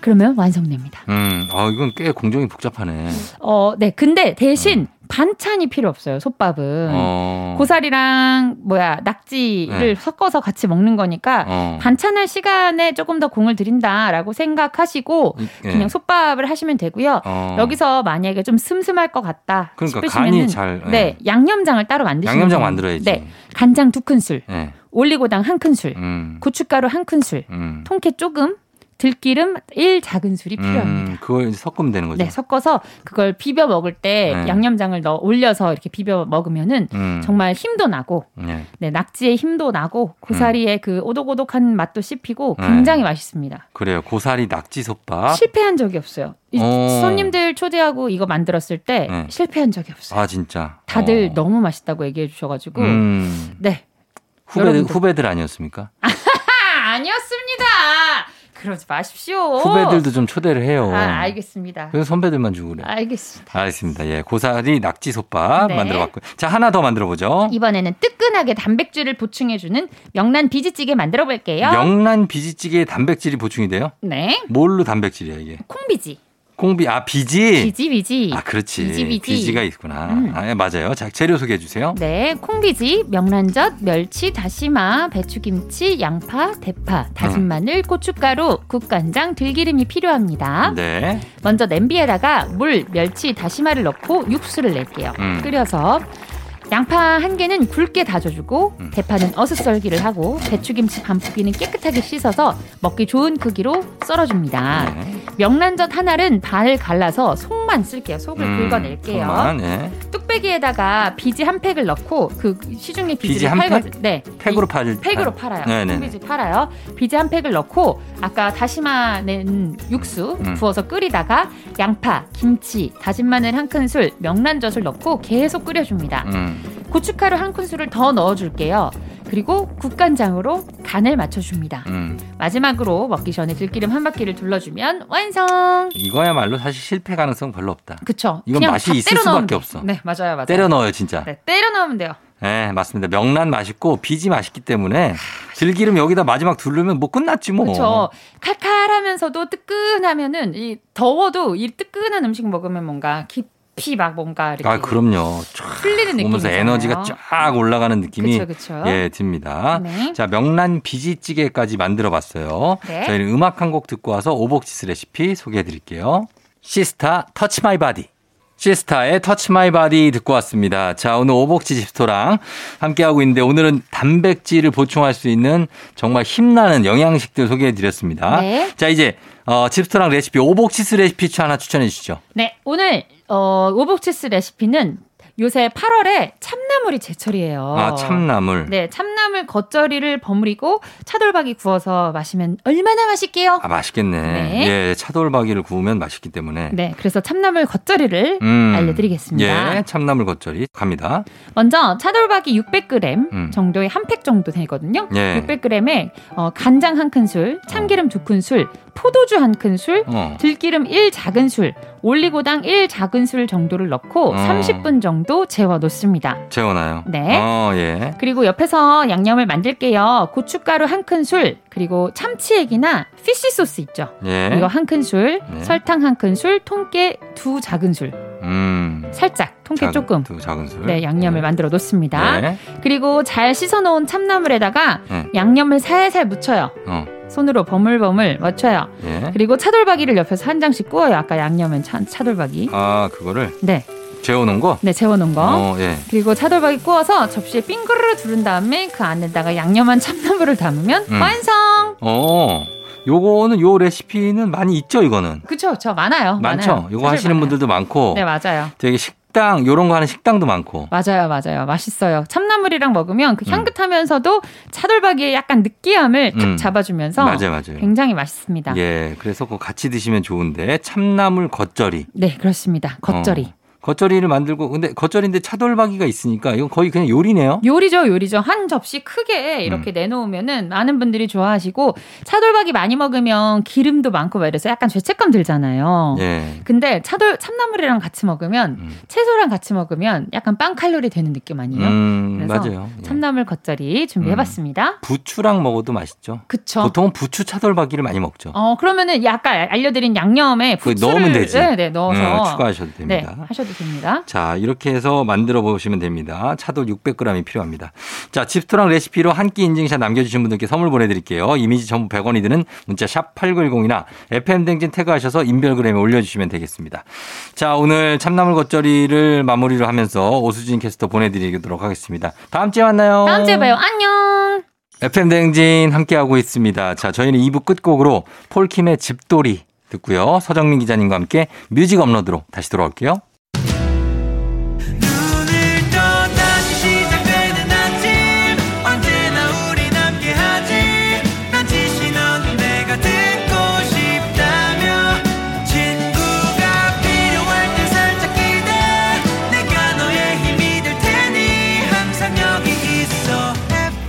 S4: 그러면 완성됩니다.
S1: 음. 아, 이건 꽤 공정이 복잡하네.
S4: 어, 네. 근데 대신 반찬이 필요 없어요. 솥밥은.
S1: 음. 어.
S4: 음. 고사리랑 뭐야
S1: 네.
S4: 낙지를 섞어서 같이 먹는 거니까
S1: 어.
S4: 반찬할 시간에 조금 더 공을 들인다라고 생각하시고
S1: 예.
S4: 그냥 솥밥을 하시면 되고요.
S1: 어.
S4: 여기서 만약에 좀 슴슴할 것 같다
S1: 그러니까
S4: 싶으시면은
S1: 간이 잘 예.
S4: 네 양념장을 따로 만드시면
S1: 양념장
S4: 돼요.
S1: 만들어야지.
S4: 네 간장 두 큰술,
S1: 예.
S4: 올리고당 한 큰술,
S1: 음.
S4: 고춧가루 한 큰술,
S1: 음.
S4: 통깨 조금, 들기름 1 작은 술이 필요합니다.
S1: 음, 그걸 이제 섞으면 되는 거죠.
S4: 네 섞어서 그걸 비벼 먹을 때
S1: 네.
S4: 양념장을 넣어 올려서 이렇게 비벼 먹으면은
S1: 음.
S4: 정말 힘도 나고
S1: 예.
S4: 네, 낙지의 힘도 나고 고사리의 그 오독오독한 맛도 씹히고
S1: 음. 네.
S4: 굉장히 맛있습니다.
S1: 그래요. 고사리 낙지 솥밥.
S4: 실패한 적이 없어요. 이
S1: 어.
S4: 손님들 초대하고 이거 만들었을 때
S1: 네.
S4: 실패한 적이 없어요.
S1: 아 진짜.
S4: 다들
S1: 어.
S4: 너무 맛있다고 얘기해 주셔가지고
S1: 음.
S4: 네.
S1: 후배
S4: 여러분들.
S1: 후배들 아니었습니까?
S4: 아, 아니었습니다. 그러지 마십시오.
S1: 후배들도 좀 초대를 해요.
S4: 어. 아, 알겠습니다.
S1: 그래서 선배들만 주고 그래.
S4: 알겠습니다.
S1: 알겠습니다. 예, 고사리 낙지 솥밥
S4: 아, 네.
S1: 만들어봤고요. 자 하나 더 만들어보죠.
S4: 이번에는 뜨끈하게 단백질을 보충해주는 명란 비지찌개 만들어 볼게요.
S1: 명란 비지찌개에 단백질이 보충이 돼요?
S4: 네.
S1: 뭘로 단백질이야 이게?
S4: 콩비지.
S1: 콩비 아 비지.
S4: 비지 비지.
S1: 아 그렇지.
S4: 비지, 비지.
S1: 가 있구나.
S4: 음.
S1: 아, 예, 맞아요. 자 재료 소개해 주세요.
S4: 네, 콩비지, 명란젓, 멸치, 다시마, 배추김치, 양파, 대파, 다진
S1: 음.
S4: 마늘, 고춧가루, 국간장, 들기름이 필요합니다.
S1: 네.
S4: 먼저 냄비에다가 물, 멸치, 다시마를 넣고 육수를 낼게요.
S1: 음.
S4: 끓여서 양파 한 개는 굵게 다져주고
S1: 음.
S4: 대파는 어슷썰기를 하고 배추김치 반포기는 깨끗하게 씻어서 먹기 좋은 크기로 썰어줍니다.
S1: 네.
S4: 명란젓 하나는 반을 갈라서 속만 쓸게요. 속을
S1: 음,
S4: 긁어낼게요.
S1: 그만, 예.
S4: 뚝배기에다가 비지 한 팩을 넣고 그 시중에 비지를
S1: 비지 한
S4: 팔거든. 네.
S1: 팩으로
S4: 이-
S1: 팔.
S4: 팩으로
S1: 팔-
S4: 팔아요.
S1: 네네네.
S4: 콩비지 팔아요. 비지 한 팩을 넣고 아까 다시마 낸 육수
S1: 음.
S4: 부어서 끓이다가 양파, 김치, 다진 마늘 한 큰술, 명란젓을 넣고 계속 끓여줍니다.
S1: 음.
S4: 고춧가루 한 큰술을 더 넣어줄게요. 그리고 국간장으로 간을 맞춰줍니다.
S1: 음.
S4: 마지막으로 먹기 전에 들기름 한 바퀴를 둘러주면 완성.
S1: 이거야말로 사실 실패 가능성 별로 없다.
S4: 그쵸?
S1: 이건
S4: 그냥
S1: 맛이
S4: 다
S1: 있을
S4: 때려 넣으면
S1: 수밖에
S4: 돼요.
S1: 없어.
S4: 네, 맞아요, 맞아요.
S1: 때려 넣어요 진짜.
S4: 네, 때려 넣으면 돼요.
S1: 네, 맞습니다. 명란 맛있고 비지 맛있기 때문에 들기름 여기다 마지막 두르면 뭐 끝났지 뭐.
S4: 그렇죠. 칼칼하면서도 뜨끈하면은 이 더워도 이 뜨끈한 음식 먹으면 뭔가 깊이 막 뭔가 이렇게
S1: 아, 그럼요. 쫙
S4: 풀리는 느낌이
S1: 오면서 에너지가 쫙 올라가는 느낌이
S4: 그렇죠, 그렇죠.
S1: 예, 듭니다.
S4: 네.
S1: 자, 명란 비지찌개까지 만들어 봤어요.
S4: 네.
S1: 저희는 음악 한 곡 듣고 와서 오복치스 레시피 소개해 드릴게요. 시스타 터치 마이 바디. 시스타의 터치 마이 바디 듣고 왔습니다. 자, 오늘 오복지 집스토랑 함께하고 있는데 오늘은 단백질을 보충할 수 있는 정말 힘나는 영양식들 소개해 드렸습니다.
S4: 네.
S1: 자, 이제 어, 집스토랑 레시피 오복치스 레시피 하나 추천해 주시죠.
S4: 네, 오늘 어, 오복치스 레시피는 요새 8월에 참나물이 제철이에요.
S1: 아, 참나물.
S4: 어. 네, 참나물 겉절이를 버무리고 차돌박이 구워서 마시면 얼마나 맛있게요.
S1: 아, 맛있겠네.
S4: 네.
S1: 예, 차돌박이를 구우면 맛있기 때문에.
S4: 네, 그래서 참나물 겉절이를
S1: 음.
S4: 알려드리겠습니다.
S1: 예, 참나물 겉절이 갑니다.
S4: 먼저 차돌박이 600g
S1: 음.
S4: 정도의 한 팩 정도 되거든요.
S1: 예.
S4: 600g에 어, 간장 한 큰술, 참기름 두 큰술, 포도주 한 큰술,
S1: 어.
S4: 들기름 1 작은 술, 올리고당 1 작은 술 정도를 넣고
S1: 어.
S4: 30분 정도 재워 놓습니다.
S1: 재워놔요.
S4: 네.
S1: 어, 예.
S4: 그리고 옆에서 양념을 만들게요. 고춧가루 한 큰술, 그리고 참치액이나 피쉬 소스 있죠.
S1: 예.
S4: 이거 한 큰술,
S1: 네.
S4: 설탕 한 큰술, 통깨 두 작은 술,
S1: 음.
S4: 살짝 통깨
S1: 작은-
S4: 조금.
S1: 두 작은 술. 예.
S4: 네, 양념을 만들어 놓습니다.
S1: 네.
S4: 그리고 잘 씻어놓은 참나물에다가
S1: 네.
S4: 양념을 살살 묻혀요.
S1: 어.
S4: 손으로 버물버물 묻혀요.
S1: 예.
S4: 그리고 차돌박이를 옆에서 한 장씩 구워요. 아까 양념은 차, 차돌박이.
S1: 아, 그거를
S4: 네,
S1: 재워놓은 거?
S4: 네 재워놓은 거.
S1: 어, 예.
S4: 그리고 차돌박이 구워서 접시에 빙그르르 두른 다음에 그 안에다가 양념한 참나물을 담으면
S1: 음.
S4: 완성.
S1: 어. 요거는 요 레시피는 많이 있죠, 이거는.
S4: 그쵸, 저 많아요.
S1: 많죠.
S4: 어, 많아요.
S1: 요거
S4: 사실
S1: 하시는
S4: 많아요.
S1: 분들도 많고
S4: 네 맞아요.
S1: 되게 식당 요런 거 하는 식당도 많고.
S4: 맞아요, 맞아요. 맛있어요. 참나물이랑 먹으면 그
S1: 음.
S4: 향긋하면서도 차돌박이의 약간 느끼함을 딱
S1: 음.
S4: 잡아주면서
S1: 맞아요, 예. 맞아요.
S4: 굉장히 맛있습니다.
S1: 예. 그래서 그거 같이 드시면 좋은데 참나물 겉절이.
S4: 네, 그렇습니다. 겉절이.
S1: 어, 겉절이를 만들고 근데 겉절인데 차돌박이가 있으니까 이건 거의 그냥 요리네요.
S4: 요리죠, 요리죠. 한 접시 크게
S1: 음.
S4: 이렇게 내놓으면은 많은 분들이 좋아하시고 차돌박이 많이 먹으면 기름도 많고 막 이래서 약간 죄책감 들잖아요.
S1: 예.
S4: 근데 차돌 참나물이랑 같이 먹으면
S1: 음.
S4: 채소랑 같이 먹으면 약간 빵 칼로리 되는 느낌 아니에요?
S1: 음,
S4: 그래서
S1: 맞아요. 예.
S4: 참나물 겉절이 준비해봤습니다.
S1: 부추랑 먹어도 맛있죠.
S4: 그쵸.
S1: 보통은 부추 차돌박이를 많이 먹죠.
S4: 어 그러면은 아까 알려드린 양념에
S1: 그거
S4: 부추를
S1: 넣으면 되지.
S4: 네네 넣어서
S1: 음, 추가하셔도
S4: 네
S1: 됩니다.
S4: 하셔도 됩니다.
S1: 자, 이렇게 해서 만들어 보시면 됩니다. 차돌 600g이 필요합니다. 자, 집토랑 레시피로 한 끼 인증샷 남겨주신 분들께 선물 보내드릴게요. 이미지 전부 100원이 드는 문자 샵 8910이나 FM댕진 태그하셔서 인별그램에 올려주시면 되겠습니다. 자, 오늘 참나물 겉절이를 마무리로 하면서 오수진 캐스터 보내드리도록 하겠습니다. 다음 주에 만나요.
S4: 다음 주에 봐요. 안녕.
S1: FM댕진 함께하고 있습니다. 자, 저희는 2부 끝곡으로 폴킴의 집돌이 듣고요. 서정민 기자님과 함께 뮤직 업로드로 다시 돌아올게요.
S5: 오늘 또 다시 시작되는 아침 언제나 우리 함께하지 난 지시 넌 내가 듣고 싶다며 친구가 필요할 때 살짝 기대 내가 너의 힘이 될 테니 항상 여기 있어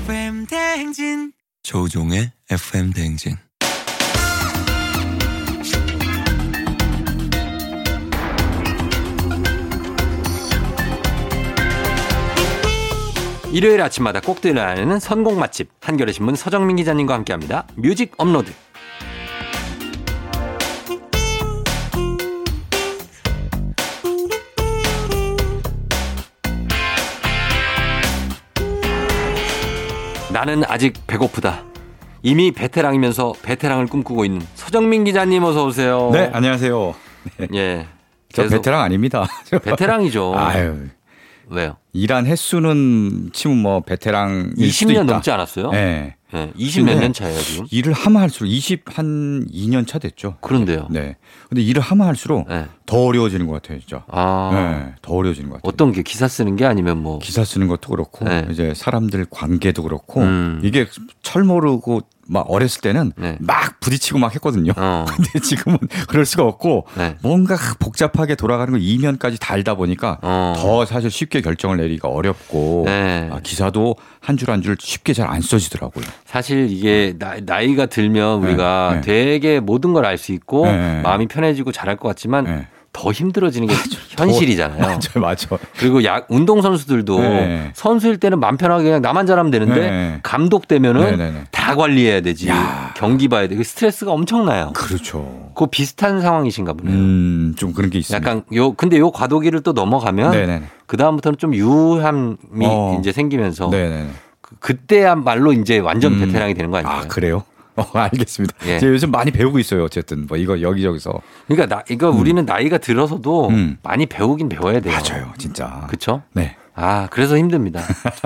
S5: FM 대행진
S6: 조우종의 FM 대행진
S1: 일요일 아침마다 꼭 들려야 선곡 맛집 한겨레 신문 서정민 기자님과 함께합니다. 뮤직 업로드. 나는 아직 배고프다. 이미 베테랑이면서 베테랑을 꿈꾸고 있는 서정민 기자님 어서 오세요.
S7: 네, 안녕하세요.
S1: 예.
S7: 저
S1: 계속
S7: 베테랑 아닙니다. (laughs) 저
S1: 베테랑이죠.
S7: 아유, 예.
S1: 왜요?
S7: 일한 횟수는 치면 뭐 베테랑
S1: 20년 넘지 않았어요?
S7: 네.
S1: 네. 20 몇
S7: 근데
S1: 년 차예요, 지금.
S7: 일을 하면 할수록 20한 2년 차 됐죠.
S1: 그런데요.
S7: 네. 근데 일을 하면 할수록
S1: 네.
S7: 더 어려워지는 것 같아요, 진짜.
S1: 아.
S7: 네, 더 어려워지는 것 같아요.
S1: 어떤 게 기사 쓰는 게 아니면 뭐
S7: 기사 쓰는 것도 그렇고
S1: 네.
S7: 이제 사람들 관계도 그렇고
S1: 음.
S7: 이게 철 모르고 막 어렸을 때는
S1: 네.
S7: 막 부딪히고 막 했거든요.
S1: 어.
S7: 근데 지금은 (laughs) 그럴 수가 없고
S1: 네.
S7: 뭔가 복잡하게 돌아가는 거 이면까지 달다 보니까
S1: 어.
S7: 더 사실 쉽게 결정을 내리기가 어렵고
S1: 네.
S7: 아, 기사도 한 줄 한 줄 쉽게 잘 안 써지더라고요.
S1: 사실 이게 나, 이가 들면
S7: 네,
S1: 우리가
S7: 네.
S1: 되게 모든 걸 알 수 있고
S7: 네.
S1: 마음이 편해지고 잘할 것 같지만
S7: 네.
S1: 더 힘들어지는 게 현실이잖아요.
S7: (laughs) 맞아요, 맞아요.
S1: 그리고 야, 운동 선수들도
S7: 네.
S1: 선수일 때는 마음 편하게 그냥 나만 잘하면 되는데
S7: 네.
S1: 감독 되면은
S7: 네, 네, 네.
S1: 다 관리해야 되지 경기 봐야 돼. 그 스트레스가 엄청나요.
S7: 그렇죠.
S1: 그 비슷한 상황이신가 보네요.
S7: 음, 좀 그런 게 있습니다.
S1: 약간 요 근데 요 과도기를 또 넘어가면
S7: 네네네.
S1: 그 다음부터는 좀 유함이
S7: 어.
S1: 이제 생기면서
S7: 네네.
S1: 그- 그때야말로 이제 완전
S7: 음.
S1: 베테랑이 되는 거 아니에요?
S7: 아 그래요? 어, 알겠습니다.
S1: 예.
S7: 제가 요즘 많이 배우고 있어요. 어쨌든 뭐 이거 여기저기서
S1: 그러니까 나, 이거 우리는 나이가 들어서도
S7: 음.
S1: 많이 배우긴 배워야 돼요.
S7: 맞아요, 진짜.
S1: 그렇죠?
S7: 네. (laughs)
S1: 아 그래서 힘듭니다.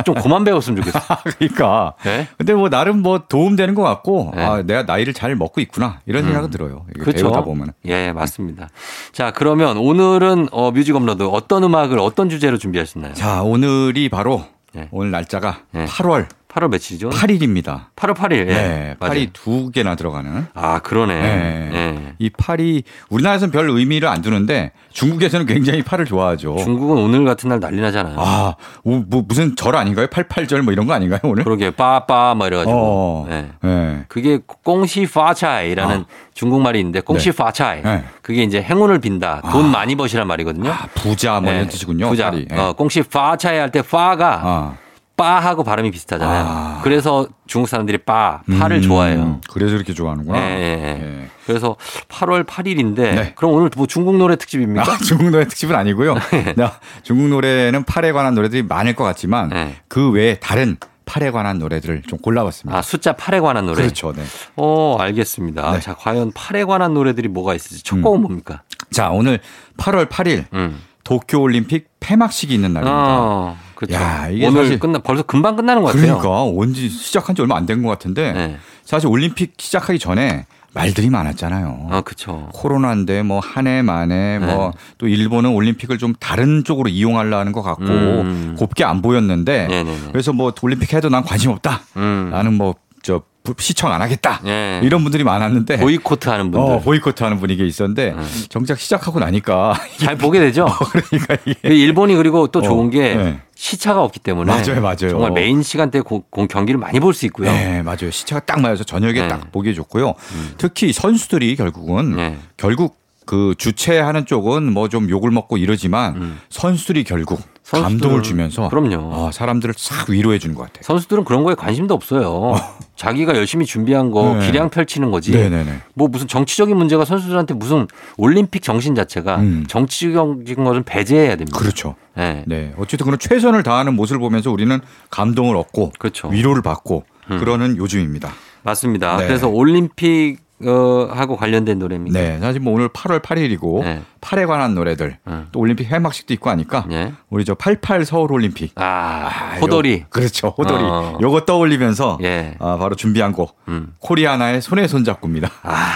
S1: 좀 그만 배웠으면 좋겠어.
S7: 아, 그러니까.
S1: 네.
S7: 근데 뭐 나름 뭐 도움되는 것 같고
S1: 네. 음.
S7: 아, 내가 나이를 잘 먹고 있구나 이런 생각은 들어요. (laughs) 이거
S1: 그렇죠.
S7: 배우다 보면.
S1: 예, 맞습니다. 자, 그러면 오늘은 어, 뮤직 업로드 어떤 음악을 어떤 주제로 준비하셨나요?
S7: 자 오늘이 바로
S1: 네.
S7: 오늘 날짜가
S1: 네.
S7: 8월
S1: 8월 며칠이죠?
S7: 8일입니다.
S1: 8월 8일. 예.
S7: 네,
S1: 맞아요.
S7: 팔이 두 개나 들어가는.
S1: 아, 그러네.
S7: 네.
S1: 예.
S7: 이 팔이 우리나라에서는 별 의미를 안 두는데 중국에서는 굉장히 팔을 좋아하죠.
S1: 중국은 오늘 같은 날 난리 나잖아요.
S7: 어. 아, 오, 뭐 무슨 절 아닌가요? 팔팔절 뭐 이런 거 아닌가요 오늘?
S1: 그러게 빠빠 뭐 이래가지고.
S7: 어,
S1: 예.
S7: 예.
S1: 그게 꽁시 파차이라는 중국말이 있는데 꽁시 파차이
S7: 아. 네.
S1: 그게 이제 행운을 빈다 돈 많이 버시란 말이거든요.
S7: 아, 부자 뭐 이런
S1: 네.
S7: 뜻이군요.
S1: 부자.
S7: 팔이. 예.
S1: 어, 꽁시 파차이 할 때 파가
S7: 아.
S1: 빠하고 발음이 비슷하잖아요.
S7: 아.
S1: 그래서 중국 사람들이 빠 파를
S7: 음,
S1: 좋아해요.
S7: 그래서 이렇게
S1: 예,
S7: 좋아하는구나.
S1: 예, 예.
S7: 예.
S1: 그래서 8월 8일인데
S7: 네.
S1: 그럼 오늘 뭐 중국 노래 특집입니까?
S7: 아, 중국 노래 특집은
S1: (laughs)
S7: 아니고요. 나 중국 노래는 팔에 관한 노래들이 많을 것 같지만
S1: 네.
S7: 그 외에 다른 팔에 관한 노래들을 좀 골라봤습니다.
S1: 아, 숫자 8에 관한 노래.
S7: 그렇죠. 네.
S1: 어, 알겠습니다.
S7: 네.
S1: 자, 과연 8에 관한 노래들이 뭐가 있을지 첫
S7: 음.
S1: 곡은 뭡니까?
S7: 자, 오늘 8월 8일
S1: 음.
S7: 도쿄올림픽 폐막식이 있는 날입니다.
S1: 어, 그렇죠.
S7: 야, 이게
S1: 오늘
S7: 사실-
S1: 끝나 벌써 금방 끝나는 것 같아요.
S7: 그러니까 온지 시작한 지 얼마 안 된 것 같은데
S1: 네.
S7: 사실 올림픽 시작하기 전에 말들이 많았잖아요.
S1: 아, 네. 그렇죠.
S7: 코로나인데 뭐 한 해 만에 뭐 또 일본은 올림픽을 좀 다른 쪽으로 이용하려는 것 같고
S1: 음.
S7: 곱게 안 보였는데
S1: 네네네.
S7: 그래서 뭐 올림픽 해도 난 관심 없다.
S1: 음.
S7: 나는 뭐 저 부- 시청 안 하겠다
S1: 예.
S7: 이런 분들이 많았는데
S1: 보이콧 하는 분들. 네.
S7: 어, 보이콧하는 분위기 있었는데 정작 시작하고 나니까
S1: 잘 보게 되죠?
S7: 그러니까 이게
S1: 일본이 그리고 또
S7: 어,
S1: 좋은 게
S7: 네.
S1: 시차가 없기 때문에
S7: (laughs) 맞아요, 어. 맞아요.
S1: 정말 메인 시간대 고, 공 경기를 많이 볼 수 있고요.
S7: 네, 맞아요. 시차가 딱 맞아서 저녁에
S1: 네. 음.
S7: 딱 보기 좋고요. 특히 선수들이 결국은
S1: 네.
S7: 결국 그 주최하는 쪽은 뭐 좀 욕을 먹고 이러지만 선수들이 결국
S1: 음. 선수들은-
S7: 감동을 주면서
S1: 그럼요.
S7: 아, 사람들을 싹 위로해 주는 것 같아요.
S1: 선수들은 그런 거에 관심도 없어요. 자기가 열심히 준비한 거
S7: 네.
S1: 기량 펼치는 거지.
S7: 네네네.
S1: 뭐 무슨 정치적인 문제가 선수들한테 무슨 올림픽 정신 자체가
S7: 음.
S1: 정치적인 것은 배제해야 됩니다.
S7: 그렇죠.
S1: 네.
S7: 네. 어쨌든 그런 최선을 다하는 모습을 보면서 우리는 감동을 얻고
S1: 그렇죠. 음.
S7: 위로를 받고 그러는 요즘입니다.
S1: 맞습니다.
S7: 네.
S1: 그래서 올림픽 어, 하고 관련된 노래입니다.
S7: 네. 사실 뭐 오늘 8월 8일이고
S1: 네.
S7: 팔에 관한 노래들
S1: 음.
S7: 또 올림픽 해막식도 있고 하니까
S1: 네.
S7: 우리 저 88 서울 올림픽
S1: 아,
S7: 아,
S1: 호돌이.
S7: 요- 그렇죠. 호돌이.
S1: 어.
S7: 요거 떠올리면서
S1: 예.
S7: 아, 바로 준비한 곡.
S1: 음.
S7: 코리아나의 손에 손잡고입니다.
S1: 아,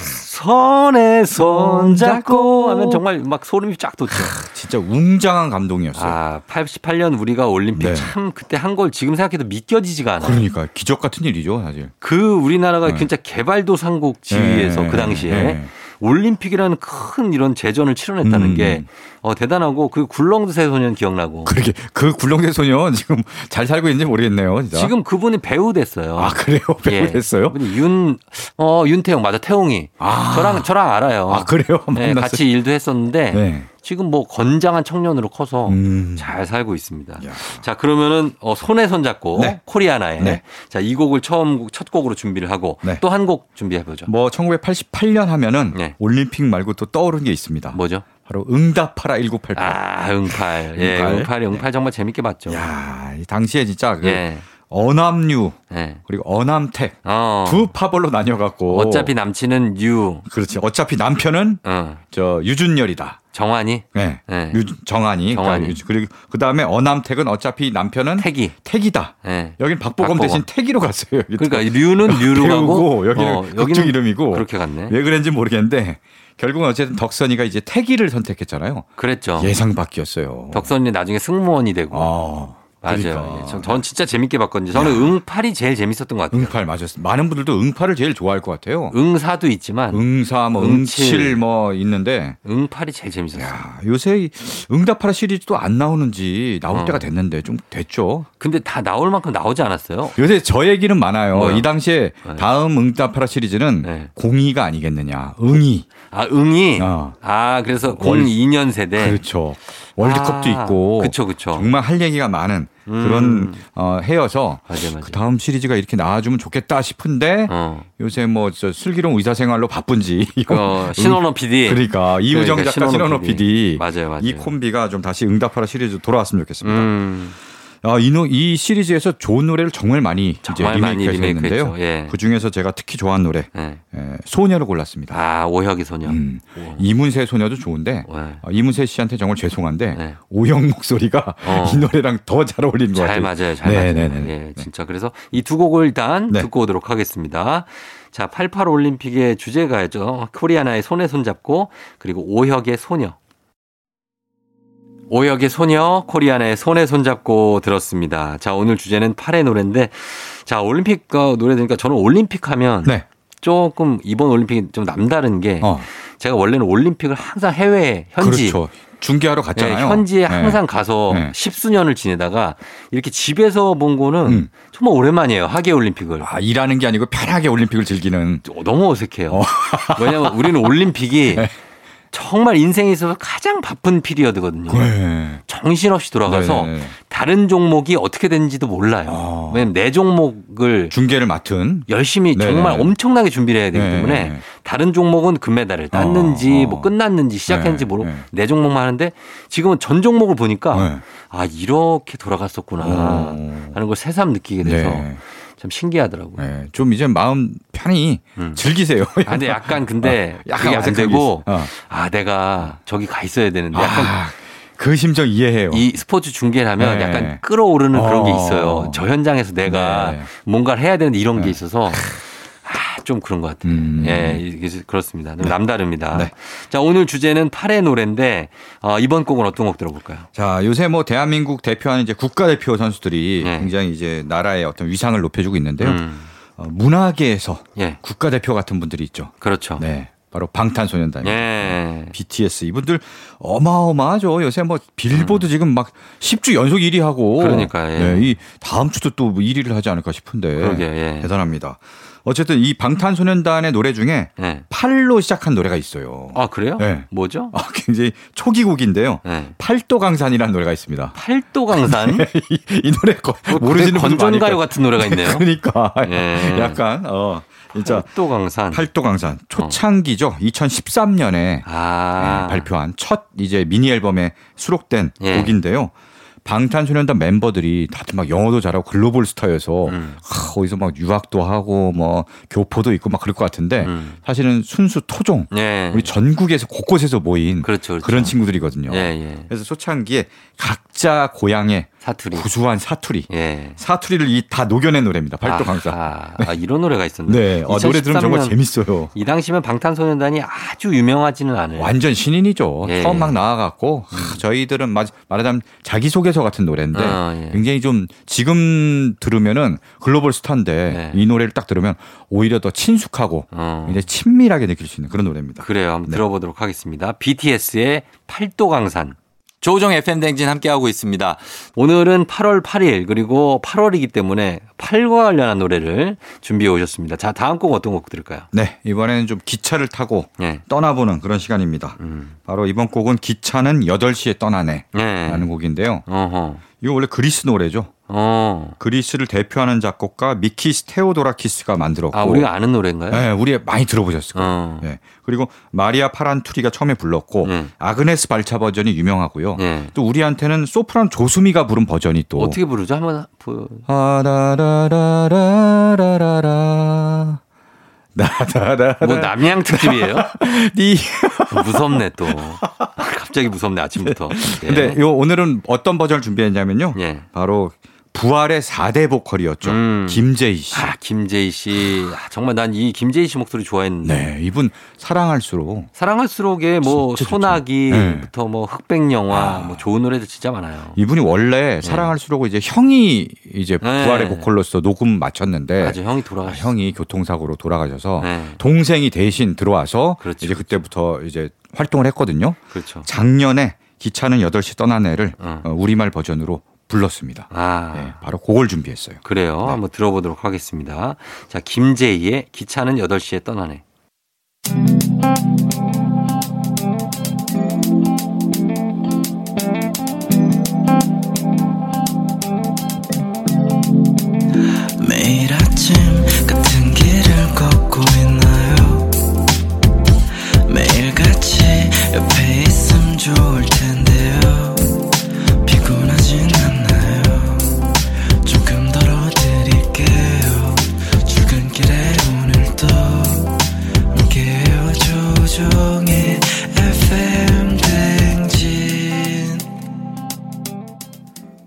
S1: 손에 손잡고 하면 정말 막 소름이 쫙 돋죠.
S7: 진짜 웅장한 감동이었어요.
S1: 아, 88년 우리가 올림픽
S7: 그렇죠. 네.
S1: 참 그때 한 걸 지금 생각해도 믿겨지지가 않아요.
S7: 그러니까 기적 같은 일이죠, 사실.
S1: 그 우리나라가
S7: 네.
S1: 진짜 개발도상국 지위에서
S7: 네,
S1: 그 당시에
S7: 네.
S1: 올림픽이라는 큰 이런 재전을 치러냈다는
S7: 음.
S1: 게 어, 대단하고 그 굴렁쇠 소년 기억나고
S7: 그렇게 그 굴렁대 소년 지금 잘 살고 있는지 모르겠네요, 진짜.
S1: 지금 그분이 배우 됐어요.
S7: 아, 그래요? 배우
S1: 예.
S7: 됐어요?
S1: 그분이 윤, 어, 윤태용 맞아. 태용이.
S7: 아.
S1: 저랑, 저랑 알아요.
S7: 아, 그래요?
S1: 네,
S7: 만났어요?
S1: 같이 일도 했었는데
S7: 네.
S1: 지금 뭐 건장한 청년으로 커서
S7: 음.
S1: 어, 잘 살고 있습니다.
S7: 야.
S1: 자, 그러면은 어, 손에 손잡고
S7: 네.
S1: 코리아나에
S7: 네.
S1: 자, 이 곡을 처음 첫 곡으로 준비를 하고
S7: 네.
S1: 또 한 곡 준비해 보죠.
S7: 뭐 1988년 하면은
S1: 네.
S7: 올림픽 말고 또 떠오른 게 있습니다.
S1: 뭐죠?
S7: 바로 응답하라 1988.
S1: 아, 응팔. 예,
S7: 응팔. 네.
S1: 응팔. 이 응팔 정말 재밌게 봤죠.
S7: 야, 이 당시에 진짜 그
S1: 예.
S7: 어남류
S1: 예.
S7: 그리고 어남택
S1: 어.
S7: 두 파벌로 나뉘어 갖고
S1: 어차피 남친은 유.
S7: 그렇지. 어차피 남편은
S1: 어.
S7: 저 유준열이다.
S1: 정환이
S7: 네.
S1: 네.
S7: 유,
S1: 정한이.
S7: 정한이. 그러니까 유- 그리고 그 다음에 어남택은 어차피 남편은
S1: 태기.
S7: 택이다.
S1: 예.
S7: 여긴 박보검,
S1: 박보검.
S7: 대신 택이로 갔어요. 여기
S1: 그러니까 류는 류로 가고 어,
S7: 배우고 여기는 극중 이름이고 예.
S1: 그렇게 갔네.
S7: 왜 그런지 모르겠는데 결국은 어쨌든 덕선이가 이제 택이를 선택했잖아요.
S1: 그랬죠.
S7: 예상 밖이었어요.
S1: 어. 덕선이 나중에 승무원이 되고.
S7: 아,
S1: 맞아요.
S7: 그러니까.
S1: 예, 전, 전 진짜 재밌게 봤거든요. 저는 응팔이 제일 재밌었던 것 같아요.
S7: 응팔 맞았어. 많은 분들도 응팔을 제일 좋아할 것 같아요.
S1: 응사도 있지만
S7: 응사 뭐
S1: 응칠.
S7: 응칠, 뭐 있는데
S1: 응팔이 제일 재밌었어요.
S7: 야, 요새 이 응답하라 시리즈도 안 나오는지 나올
S1: 어.
S7: 때가 됐는데 좀 됐죠.
S1: 근데 다 나올 만큼 나오지 않았어요.
S7: 요새 저 얘기는 많아요.
S1: 뭐요?
S7: 이 당시에
S1: 네.
S7: 다음 응답하라 시리즈는
S1: 네.
S7: 공의가 아니겠느냐. 응이.
S1: 아 응이
S7: 어.
S1: 아 그래서
S7: 월-
S1: 02년 세대
S7: 그렇죠. 월드컵도
S1: 네. 아,
S7: 있고.
S1: 그쵸, 그쵸. 음.
S7: 정말 할 얘기가 많은 그런 어, 해여서
S1: 맞아요, 맞아요.
S7: 그 다음 시리즈가 이렇게 나와주면 좋겠다 싶은데
S1: 어.
S7: 요새 뭐 저 슬기로운 의사생활로 바쁜지.
S1: 어, 신원호 PD
S7: (laughs) 그러니까 이우정
S1: 그러니까
S7: 작가 신원호 PD.
S1: 맞아요, 맞아요.
S7: 이 콤비가 좀 다시 응답하라 시리즈 돌아왔으면 좋겠습니다.
S1: 음,
S7: 아, 이, 노, 이 시리즈에서 좋은 노래를 정말 많이
S1: 정말
S7: 이제
S1: 많이
S7: 리메이크해서 했는데요.
S1: 리메이크했죠. 예.
S7: 그 중에서 제가 특히 좋아하는 노래
S1: 예.
S7: 에, 소녀를 골랐습니다.
S1: 아 오혁이 소녀.
S7: 음, 이문세 소녀도 좋은데
S1: 네.
S7: 어, 이문세 씨한테 정말 죄송한데
S1: 네.
S7: 오형 목소리가
S1: 어.
S7: 이 노래랑 더 잘 어울리는 것
S1: 잘
S7: 같아요.
S1: 맞아요, 잘 맞아요.
S7: 네네네.
S1: 예, 진짜 그래서 이 두 곡을 일단
S7: 네.
S1: 듣고 오도록 하겠습니다. 자, 88 올림픽의 주제가죠. 코리아나의 손에 손잡고 그리고 오혁의 소녀. 오혁의 소녀, 코리아나의 손에 손잡고 들었습니다. 자, 오늘 주제는 8의 노래인데, 자, 올림픽 어, 노래 들으니까 저는 올림픽 하면
S7: 네.
S1: 조금 이번 올림픽이 좀 남다른 게
S7: 어,
S1: 제가 원래는 올림픽을 항상 해외, 현지
S7: 그렇죠. 중계하러
S1: 예,
S7: 갔잖아요.
S1: 현지에
S7: 네.
S1: 항상 가서
S7: 네.
S1: 십수년을 지내다가 이렇게 집에서 본 거는
S7: 음.
S1: 정말 오랜만이에요. 하계 올림픽을.
S7: 아, 일하는 게 아니고 편하게 올림픽을 즐기는
S1: 어, 너무 어색해요.
S7: 어.
S1: (laughs)
S7: 네.
S1: 왜냐면 우리는 올림픽이 정말 인생에 있어서 가장 바쁜 피리어드거든요.
S7: 네.
S1: 정신없이 돌아가서
S7: 네, 네, 네.
S1: 다른 종목이 어떻게 되는지도 몰라요.
S7: 아.
S1: 왜냐면 내 종목을
S7: 중계를 맡은
S1: 열심히
S7: 네,
S1: 정말
S7: 네, 네.
S1: 엄청나게 준비를 해야 되기
S7: 네,
S1: 그 때문에
S7: 네.
S1: 다른 종목은 금메달을 땄는지
S7: 어,
S1: 뭐
S7: 어.
S1: 끝났는지 시작했는지
S7: 네,
S1: 모르고
S7: 네.
S1: 내 종목만 하는데 지금은 전 종목을 보니까
S7: 네.
S1: 아 이렇게 돌아갔었구나
S7: 어.
S1: 하는 걸 새삼 느끼게 돼서
S7: 네.
S1: 참 신기하더라고요.
S7: 네. 좀 이제 마음 편히
S1: 음.
S7: 즐기세요.
S1: 아, 근데 약간 근데
S7: 어, (laughs) 약간
S1: 그게 안
S7: 어색한 게
S1: 되고
S7: 있어. 어.
S1: 아 내가 저기 가 있어야 되는데 약간
S7: 아, 그 심정 이해해요.
S1: 이 스포츠 중계를 하면
S7: 네.
S1: 약간 끌어오르는 그런 게 있어요.
S7: 어.
S1: 저 현장에서 내가
S7: 네.
S1: 뭔가를 해야 되는데 이런 게 있어서 아, 좀 그런 것 같아요.
S7: 음.
S1: 예, 이게 그렇습니다. 좀 남다릅니다.
S7: 네.
S1: 자, 오늘 주제는 8의 노래인데 어, 이번 곡은 어떤 곡 들어볼까요?
S7: 자, 요새 뭐 대한민국 대표하는 이제 국가대표 선수들이
S1: 네.
S7: 굉장히 이제 나라의 어떤 위상을 높여주고 있는데요.
S1: 음.
S7: 어, 문화계에서
S1: 예.
S7: 국가대표 같은 분들이 있죠.
S1: 그렇죠.
S7: 네. 바로 방탄소년단.
S1: 예.
S7: BTS 이분들 어마어마하죠. 요새 뭐 빌보드 지금 막 10주 연속 1위 하고
S1: 음. 그러니까, 예.
S7: 네, 이 다음 주도 또 1위를 하지 않을까 싶은데
S1: 그러게, 예.
S7: 대단합니다. 어쨌든 이 방탄소년단의 노래 중에
S1: 예.
S7: 팔로 시작한 노래가 있어요.
S1: 아, 그래요?
S7: 네.
S1: 뭐죠?
S7: 아, 굉장히 초기 곡인데요.
S1: 예.
S7: 팔도 강산이라는 노래가 있습니다. 뭐
S1: 팔도 강산?
S7: (laughs)
S1: 뭐
S7: 이, 이 노래 거, 네, 예, 모르시는 분들 많을
S1: 건전가요
S7: 거예요.
S1: 같은 노래가 있네요.
S7: (laughs) 그러니까
S1: 예.
S7: 약간 어 진짜
S1: 팔도 강산.
S7: 팔도 강산 초창기죠. 2013년에
S1: 아.
S7: 예, 발표한 첫 이제 미니 앨범에 수록된
S1: 예.
S7: 곡인데요. 방탄소년단 멤버들이 다들 막 영어도 잘하고 글로벌 스타여서
S1: 음.
S7: 아, 어디서 막 유학도 하고 뭐 교포도 있고 막 그럴 것 같은데
S1: 음.
S7: 사실은 순수 토종
S1: 예.
S7: 우리 전국에서 곳곳에서 모인 음. 그
S1: 그렇죠, 그렇죠.
S7: 런 친구들이거든요.
S1: 예, 예.
S7: 네. 그래서 초창기에 각자 고향의
S1: 사투리.
S7: 구수한 사투리
S1: 예.
S7: 사투리를 이 다 녹여낸 노래입니다. 발도 강사.
S1: 아하. 아, 이런 노래가 있었네.
S7: 네, 어, 노래 들으면 정말
S1: 2013년
S7: 재밌어요.
S1: 이 당시면 방탄소년단이 아주 유명하지는 않은
S7: 완전 신인이죠.
S1: 네. 예.
S7: 처음 막 나와갖고 하, 저희들은 마- 말하자면 자기소개서 같은 노래인데
S1: 아, 예.
S7: 굉장히 좀 지금 들으면은 글로벌 스타인데
S1: 네.
S7: 이 노래를 딱 들으면 오히려 더 친숙하고
S1: 어.
S7: 굉장히 친밀하게 느낄 수 있는 그런 노래입니다.
S1: 아, 그래요. 한번
S7: 네.
S1: 들어보도록 하겠습니다. BTS의 팔도강산. 조우종 FM 댕진 함께하고 있습니다. 오늘은 8월 8일 그리고 8월이기 때문에 팔과 관련한 노래를 준비해 오셨습니다. 자, 다음 곡 어떤 곡 들을까요?
S7: 네, 이번에는 좀 기차를 타고
S1: 예.
S7: 떠나보는 그런 시간입니다.
S1: 음.
S7: 바로 이번 곡은 기차는 8시에 떠나네
S1: 예.
S7: 라는 곡인데요.
S1: 어허.
S7: 이거 원래 그리스 노래죠.
S1: 어.
S7: 그리스를 대표하는 작곡가 미키스 테오도라키스가 만들었고
S1: 아, 우리가 아는 노래인가요?
S7: 네, 우리 많이 들어보셨을 거예요.
S1: 어.
S7: 예. 그리고 마리아 파란투리가 처음에 불렀고
S1: 예.
S7: 아그네스 발차 버전이 유명하고요.
S1: 예.
S7: 또 우리한테는 소프란 조수미가 부른 버전이 또
S1: 어떻게 부르죠? 한번 부... 뭐
S7: 아라라라라라라라 나다라
S1: 뭐 남양 특집이에요?
S7: 니
S1: 무섭네 또. (laughs) 갑자기 무섭네
S7: (laughs)
S1: 아침부터. 예.
S7: 근데 네, 요 오늘은 어떤 버전을 준비했냐면요.
S1: 예.
S7: 바로 부활의 4대 보컬이었죠.
S1: 음.
S7: 김재희 씨.
S1: 아, 김재희 씨. 아, 정말 난 이 김재희 씨 목소리 좋아했는데.
S7: 네, 이분 사랑할수록
S1: 사랑할수록에 뭐
S7: 진짜 좋죠. 네.
S1: 소나기부터 뭐 흑백 영화
S7: 아.
S1: 뭐 좋은 노래들 진짜 많아요.
S7: 이분이 원래 사랑할수록 이제 형이 이제 부활의
S1: 네.
S7: 보컬로서 녹음 마쳤는데
S1: 맞아 형이
S7: 아,
S1: 돌아가셨어.
S7: 형이 교통사고로 돌아가셔서
S1: 네.
S7: 동생이 대신 들어와서
S1: 그렇죠,
S7: 이제 그때부터 이제 활동을 했거든요.
S1: 그렇죠.
S7: 작년에 기차는 8시 떠난 애를
S1: 어.
S7: 어, 우리말 버전으로 불렀습니다.
S1: 아.
S7: 네, 바로 그걸 준비했어요.
S1: 그래요. 한번 들어보도록 하겠습니다. 자, 김재희의 기차는 8시에 떠나네.
S5: 매일 아침 같은 길을 걷고 있나요 매일 같이 옆에 있음 좋을 텐데요 피곤하진 않나요 조금 덜어드릴게요 출근길에 오늘도 함께해요 조종의 FM 댕진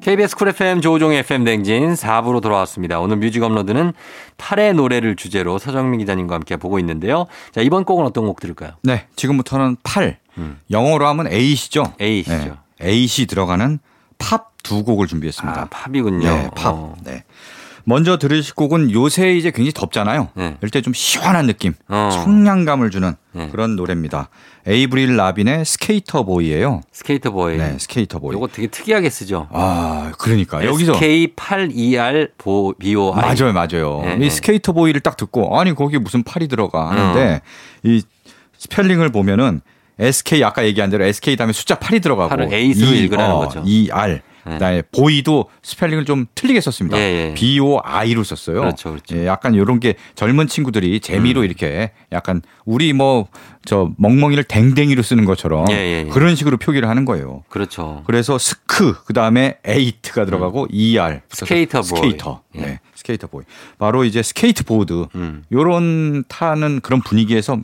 S1: KBS 쿨 FM 조우종의 FM 댕진 4부로 돌아왔습니다. 오늘 뮤직 업로드는 8의 노래를 주제로 서정민 기자님과 함께 보고 있는데요. 자, 이번 곡은 어떤 곡 들을까요?
S7: 네, 지금부터는 8. 영어로 하면 A시죠.
S1: 음. A시죠.
S7: 네. A시 들어가는 팝 두 곡을 준비했습니다.
S1: 아, 팝이군요.
S7: 네, 팝.
S1: 어.
S7: 네. 먼저 들으실 곡은 요새 이제 굉장히 덥잖아요.
S1: 네.
S7: 이럴 때 좀 시원한 느낌,
S1: 어.
S7: 청량감을 주는
S1: 네.
S7: 그런 노래입니다. 에이브릴 라빈의 스케이터 보이예요.
S1: 스케이터 보이.
S7: 네, 스케이터 보이.
S1: 요거 되게 특이하게 쓰죠.
S7: 아, 그러니까 여기서
S1: SK82R BOI.
S7: 맞아요, 맞아요.
S1: 네,
S7: 이
S1: 네.
S7: 스케이터 보이를 딱 듣고 아니 거기 무슨 팔이 들어가 하는데 이 스펠링을 보면은 SK 아까 얘기한 대로 SK 다음에 숫자 8이 들어가고
S1: 팔을 에이스로 읽으라는 거죠. 네.
S7: ER 그다음에 보이도 스펠링을 좀 틀리게 썼습니다.
S1: 예, 예.
S7: B O I로 썼어요.
S1: 그렇죠, 음. 그렇죠.
S7: 예, 약간 이런 게 젊은 친구들이 재미로 이렇게 약간 우리 뭐 저 멍멍이를 댕댕이로 쓰는 것처럼
S1: 예, 예, 예.
S7: 그런 식으로 표기를 하는 거예요.
S1: 그렇죠.
S7: 그래서 스크 그다음에 에이트가 들어가고 ER 그래서
S1: 음. 스케이터 보이.
S7: 스케이터
S1: 예.
S7: 네 스케이터 보이 바로 이제 스케이트 보드
S1: 음.
S7: 요런 타는 그런 분위기에서 막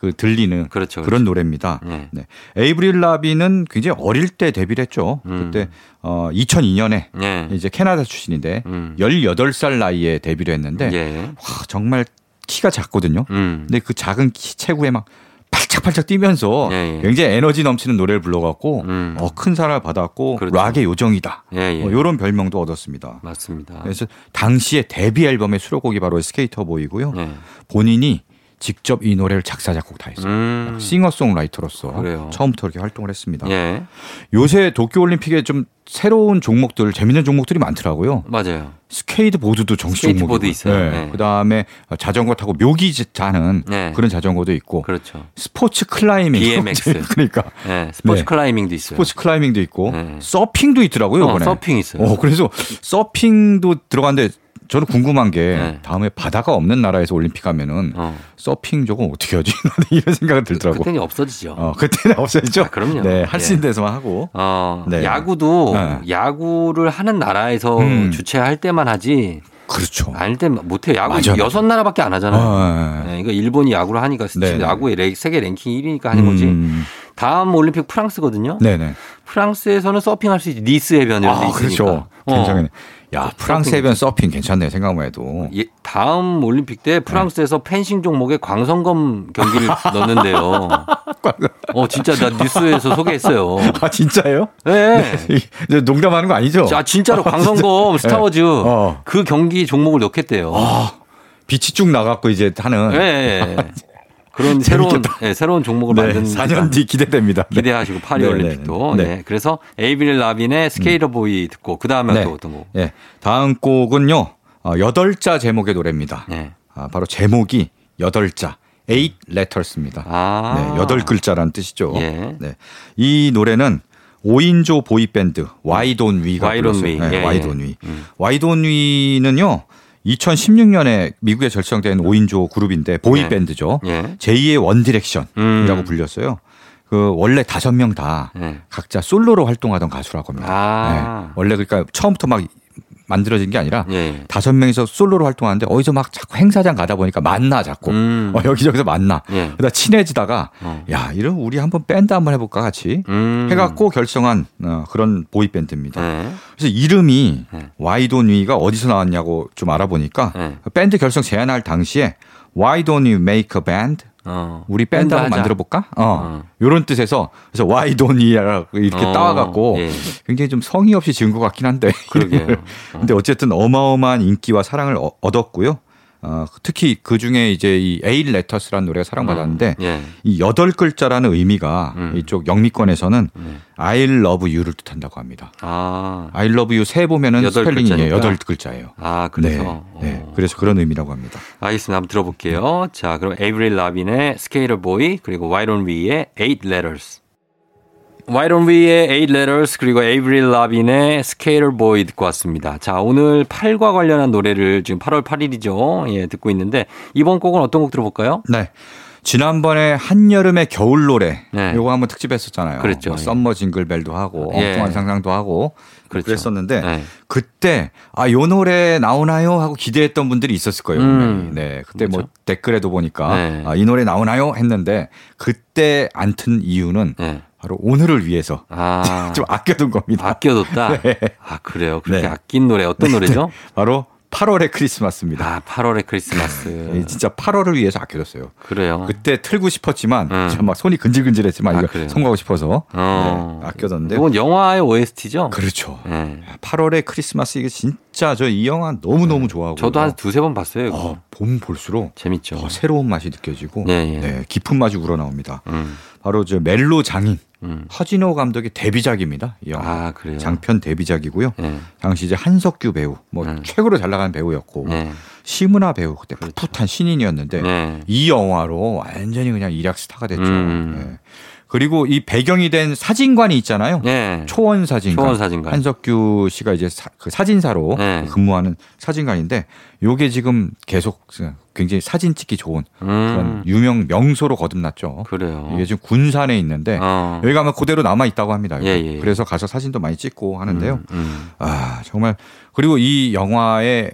S7: 그 들리는
S1: 그렇죠,
S7: 런 노래입니다.
S1: 예.
S7: 네. 에이브릴 라빈은 굉장히 어릴 때 데뷔를 했죠.
S1: 음.
S7: 그때 어 2002년에
S1: 예.
S7: 이제 캐나다 출신인데
S1: 음.
S7: 18살 나이에 데뷔를 했는데
S1: 예.
S7: 와, 정말 키가 작거든요.
S1: 음.
S7: 근데 그 작은 키 체구에 막 팔짝 팔짝팔짝 뛰면서
S1: 예, 예.
S7: 굉장히 에너지 넘치는 노래를 불러갖고
S1: 음.
S7: 어, 큰 사랑을 받았고
S1: 그렇죠.
S7: 락의 요정이다.
S1: 예, 아. 예.
S7: 뭐 이런 별명도 얻었습니다.
S1: 맞습니다.
S7: 그래서 당시에 데뷔 앨범의 수록곡이 바로 스케이터 보이고요.
S1: 예.
S7: 본인이 직접 이 노래를 작사 작곡 다 했어요.
S1: 음.
S7: 싱어송라이터로서
S1: 그래요.
S7: 처음부터 이렇게 활동을 했습니다.
S1: 예.
S7: 요새 도쿄올림픽에 좀 새로운 종목들 재밌는 종목들이 많더라고요.
S1: 맞아요.
S7: 스케이트 보드도 정식
S1: 스케이트보드
S7: 종목이고,
S1: 있어요.
S7: 예.
S1: 네.
S7: 그다음에 자전거 타고 묘기 자는
S1: 네.
S7: 그런 자전거도 있고
S1: 그렇죠.
S7: 스포츠 클라이밍
S1: BMX.
S7: (laughs) 그러니까
S1: 예. 스포츠
S7: 네.
S1: 클라이밍도 있어요.
S7: 스포츠 클라이밍도 있고
S1: 네.
S7: 서핑도 있더라고요
S1: 어,
S7: 이번에.
S1: 서핑 있어요.
S7: 어, 그래서 서핑도 들어갔는데 저는 궁금한 게
S1: 네.
S7: 다음에 바다가 없는 나라에서 올림픽 하면은
S1: 어.
S7: 서핑 저건 어떻게 하지? (laughs) 나는 이런 생각이 들더라고.
S1: 그때는 없어지죠.
S7: 어, 그때는 없어지죠.
S1: 아, 그럼요.
S7: 네, 할 수
S1: 예.
S7: 있는 데서만 하고.
S1: 어,
S7: 네.
S1: 야구도
S7: 네.
S1: 야구를 하는 나라에서
S7: 음.
S1: 주최할 때만 하지
S7: 그렇죠.
S1: 아닐 때 못해요. 야구
S7: 맞아요.
S1: 여섯 나라밖에 안 하잖아요.
S7: 아,
S1: 네, 이거 일본이 야구를 하니까
S7: 네.
S1: 야구의 레- 세계 랭킹 1위니까 하는 거지.
S7: 음,
S1: 다음 올림픽 프랑스거든요.
S7: 네네.
S1: 프랑스에서는 서핑할 수 있지. 니스 해변에도
S7: 아,
S1: 있으니까.
S7: 그렇죠.
S1: 어.
S7: 굉장히. 야, 프랑스 해변 서핑 괜찮네, 생각만 해도.
S1: 예, 다음 올림픽 때 프랑스에서
S7: 네.
S1: 펜싱 종목에 광선검
S7: (laughs)
S1: 경기를 넣는데요. 어 진짜 나 뉴스에서
S7: (laughs)
S1: 소개했어요.
S7: 아, 진짜예요?
S1: 네.
S7: (laughs) 이제 농담하는 거 아니죠? 네.
S1: 아 진짜로 광선검 스타워즈
S7: 어. 아,
S1: 그 경기 종목을 넣겠대요.
S7: 빛이 쭉 나갖고 이제 하는.
S1: 예, 예.
S7: (laughs)
S1: 그런 새로운 예, 새로운 종목을
S7: 네,
S1: 만든
S7: 4년 뒤 기대됩니다. 네.
S1: 기대하시고 파리
S7: 네,
S1: 올림픽도.
S7: 네,
S1: 네,
S7: 네. 음.
S1: 그래서 에이빌 라빈의 스케이터 보이 듣고 그 다음에
S7: 네.
S1: 또 어떤 거?
S7: 예. 다음 곡은요. 어, 여덟 자 제목의 노래입니다.
S1: 네.
S7: 아, 바로 제목이 여덟 자, eight letters입니다.
S1: 아.
S7: 네, 여덟 글자라는 뜻이죠.
S1: 예.
S7: 네. 이 노래는 5인조 보이 밴드 와이 돈 위가
S1: Why Don't
S7: 불렀어요.
S1: We.
S7: 네,
S1: 예,
S7: 와이
S1: 예.
S7: 돈 위.
S1: 음.
S7: 와이 돈 위는요. 2016년에 미국에 결성된 5인조 그룹인데 보이
S1: 예.
S7: 밴드죠.
S1: 예.
S7: 제2의 원디렉션이라고
S1: 음.
S7: 불렸어요. 그 원래 다섯 명 다
S1: 네.
S7: 각자 솔로로 활동하던 가수라고 합니다.
S1: 아.
S7: 네. 원래 그러니까 처음부터 막 만들어진 게 아니라
S1: 예.
S7: 다섯 명이서 솔로로 활동하는데 어디서 막 자꾸 행사장 가다 보니까 만나 자꾸
S1: 음.
S7: 어, 여기저기서 만나
S1: 예.
S7: 그러다 친해지다가
S1: 어.
S7: 야 이런 우리 한번 밴드 한번 해볼까 같이
S1: 음.
S7: 해갖고 결성한 어, 그런 보이 밴드입니다.
S1: 네.
S7: 그래서 이름이
S1: 네.
S7: 와이돈위가 어디서 나왔냐고 좀 알아보니까
S1: 네.
S7: 밴드 결성 제안할 당시에 Why don't you make a band?
S1: 어.
S7: 우리 밴드, 한번
S1: 하자.
S7: 만들어 볼까? 어.
S1: 어.
S7: 요런 뜻에서 그래서 Why don't you라고 이렇게
S1: 어,
S7: 따와갖고
S1: 예. 어.
S7: 굉장히 좀 성의 없이 지은 것 같긴 한데. (laughs)
S1: 그러게요.
S7: 근데 어쨌든 어마어마한 인기와 사랑을 어- 얻었고요. 어, 특히 그 중에 이제 이 에일 레터스라는 노래가 사랑받았는데
S1: 예.
S7: 이 여덟 글자라는 의미가
S1: 음.
S7: 이쪽 영미권에서는
S1: 네.
S7: I love you를 뜻한다고 합니다.
S1: 아.
S7: I love you 세 보면은
S1: 여덟
S7: 스펠링이
S1: 글자니까.
S7: 여덟 글자예요.
S1: 아, 그래서.
S7: 네, 네.
S1: 어.
S7: 그래서 그런 의미라고 합니다.
S1: 알겠습니다. 한번 들어볼게요. 자, 그럼 에이브릴 라빈의 스케이터 보이 그리고 와이론 위의 Eight Letters. 와이론 위의 Eight Letters 그리고 에이브릴 라빈의 스케이터 보이 듣고 왔습니다. 자, 오늘 팔과 관련한 노래를 지금 8월 8일이죠. 예, 듣고 있는데 이번 곡은 어떤 곡 들어볼까요?
S7: 네. 지난번에 한여름의 겨울 노래
S1: 네.
S7: 요거 한번 특집했었잖아요.
S1: 그랬죠.
S7: 뭐
S1: 예.
S7: 썸머 징글벨도 하고
S1: 예.
S7: 엉뚱한 상상도 하고 그
S1: 그렇죠.
S7: 랬었는데
S1: 네.
S7: 그때 아 요 노래 나오나요 하고 기대했던 분들이 있었을 거예요.
S1: 음.
S7: 분명히. 네. 그때 뭐
S1: 그렇죠.
S7: 댓글에도 보니까
S1: 네.
S7: 아, 이 노래 나오나요 했는데 그때 안 튼 이유는
S1: 예.
S7: 바로 오늘을 위해서
S1: 아.
S7: (laughs) 좀 아껴둔 겁니다. (laughs)
S1: 아껴뒀다. 아, 그래요. 그렇게
S7: 네.
S1: 아낀 노래 어떤
S7: (laughs)
S1: 노래죠?
S7: 바로 8월의 크리스마스입니다.
S1: 아, 8월의
S7: 예,
S1: 크리스마스.
S7: 진짜 8월을 위해서 아껴뒀어요.
S1: 그래요.
S7: 그때 틀고 싶었지만
S1: 음.
S7: 참 막 손이 근질근질했지만
S1: 아,
S7: 이거
S1: 그래요?
S7: 성공하고 싶어서
S1: 어.
S7: 네, 아껴뒀는데
S1: 이건 영화의 OST죠?
S7: 그렇죠.
S1: 예.
S7: 8월의 크리스마스 이게 진짜 저 이 영화 너무 너무 좋아하고
S1: 네. 저도 한 두세 번 봤어요. 그렇죠. 이거.
S7: 어, 봄 볼수록
S1: 재밌죠.
S7: 더 새로운 맛이 느껴지고
S1: 예, 예.
S7: 네, 깊은 맛이 우러나옵니다.
S1: 음,
S7: 바로 저 멜로 장인
S1: 음.
S7: 허진호 감독의 데뷔작입니다. 이 영화
S1: 아, 그래요.
S7: 장편 데뷔작이고요.
S1: 예.
S7: 당시 이제 한석규 배우 뭐
S1: 음.
S7: 최고로 잘 나간 배우였고
S1: 예.
S7: 심은하 배우 그때
S1: 그렇죠.
S7: 풋풋한 신인이었는데
S1: 예.
S7: 이 영화로 완전히 그냥 일약 스타가 됐죠.
S1: 음.
S7: 네. 그리고 이 배경이 된 사진관이 있잖아요.
S1: 예.
S7: 초원 사진관.
S1: 초원 사진관.
S7: 한석규 씨가 이제 사, 그 사진사로
S1: 네.
S7: 근무하는 사진관인데 요게 지금 계속 굉장히 사진 찍기 좋은 그런
S1: 음.
S7: 유명 명소로 거듭났죠.
S1: 그래요.
S7: 이게 지금 군산에 있는데
S1: 어.
S7: 여기 가면 그대로 남아 있다고 합니다. 여기.
S1: 예, 예, 예.
S7: 그래서 가서 사진도 많이 찍고 하는데요.
S1: 음, 음.
S7: 아, 정말 그리고 이 영화의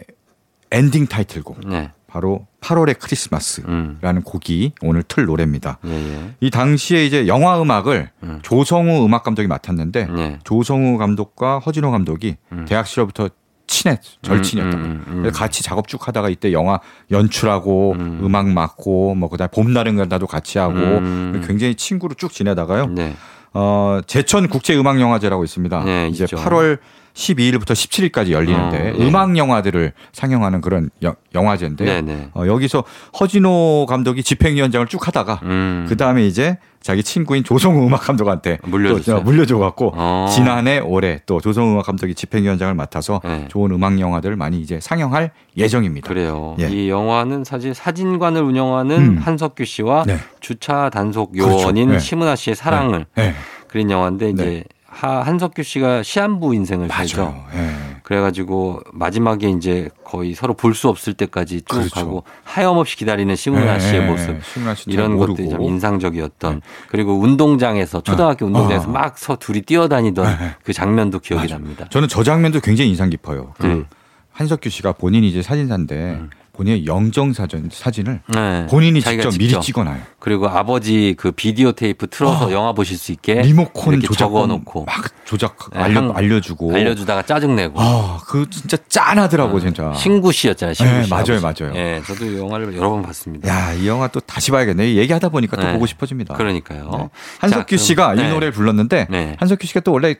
S7: 엔딩 타이틀곡
S1: 네.
S7: 바로 8월의 크리스마스
S1: 음.
S7: 라는 곡이 오늘 틀 노래입니다.
S1: 예, 예.
S7: 이 당시에 이제 영화 음악을
S1: 음.
S7: 조성우 음악 감독이 맡았는데
S1: 예.
S7: 조성우 감독과 허진호 감독이
S1: 음.
S7: 대학 시절부터 친했 절친이었던 거예요.
S1: 음, 음, 음.
S7: 그래서 같이 작업 쭉 하다가 이때 영화 연출하고
S1: 음.
S7: 음. 악 맡고 뭐 그다음 봄날은 간다도 같이 하고
S1: 음.
S7: 굉장히 친구로 쭉 지내다가요.
S1: 네.
S7: 어, 제천 국제 음악 영화제라고 있습니다.
S1: 네,
S7: 이제
S1: 있죠.
S7: 8월 12일부터 17일까지 열리는데
S1: 어, 네.
S7: 음악 영화들을 상영하는 그런 여- 영화제인데
S1: 네, 네.
S7: 어, 여기서 허진호 감독이 집행위원장을 쭉 하다가
S1: 음.
S7: 그 다음에 이제 자기 친구인 조성우 음악 감독한테
S1: 물려줬어요?
S7: 또 물려줘 갖고
S1: 어.
S7: 지난해 올해 또 조성우 음악 감독이 집행위원장을 맡아서
S1: 네.
S7: 좋은 음악 영화들을 많이 이제 상영할 예정입니다.
S1: 그래요.
S7: 예.
S1: 이 영화는 사실 사진관을 운영하는
S7: 음.
S1: 한석규 씨와
S7: 네.
S1: 주차 단속
S7: 그렇죠.
S1: 요원인
S7: 네.
S1: 심은하 씨의 사랑을
S7: 네.
S1: 그린 영화인데 이제
S7: 네.
S1: 하, 한석규 씨가 시한부 인생을 살죠.
S7: 맞아요. 네.
S1: 그래가지고 마지막에 이제 거의 서로 볼 수 없을 때까지 쭉
S7: 그렇죠.
S1: 가고 하염없이 기다리는 심은하
S7: 네,
S1: 씨의
S7: 네,
S1: 모습
S7: 네. 심은하 씨도
S1: 이런
S7: 모르고.
S1: 것들이 참 인상적이었던 그리고 운동장에서 초등학교
S7: 어.
S1: 운동장에서
S7: 어.
S1: 막 서 둘이 뛰어다니던
S7: 네, 네.
S1: 그 장면도 기억이
S7: 맞아.
S1: 납니다.
S7: 저는 저 장면도 굉장히 인상 깊어요. 그
S1: 음.
S7: 한석규 씨가 본인이 이제 사진사인데 본인의 영정 사전 사진을
S1: 네.
S7: 본인이
S1: 자기가
S7: 직접, 미리 찍어놔요.
S1: 그리고 아버지 그 비디오 테이프 틀어서
S7: 아.
S1: 영화 보실 수 있게
S7: 리모컨
S1: 예? 이렇게
S7: 조작
S1: 적어놓고
S7: 막 조작
S1: 네,
S7: 알려
S1: 한-
S7: 알려주고
S1: 알려주다가 짜증내고
S7: 아, 그 진짜 짠하더라고 진짜.
S1: 신구 씨였잖아요. 신구
S7: 네,
S1: 씨
S7: 맞아요,
S1: 아버지.
S7: 맞아요.
S1: 예, 저도 영화를 여러 번 봤습니다.
S7: 야, 이 영화 또 다시 봐야겠네. 얘기하다 보니까 또
S1: 네.
S7: 보고 싶어집니다.
S1: 그러니까요.
S7: 네.
S1: 자,
S7: 한석규
S1: 그럼-
S7: 씨가
S1: 네.
S7: 이 노래를 불렀는데
S1: 네.
S7: 한석규 씨가 또 원래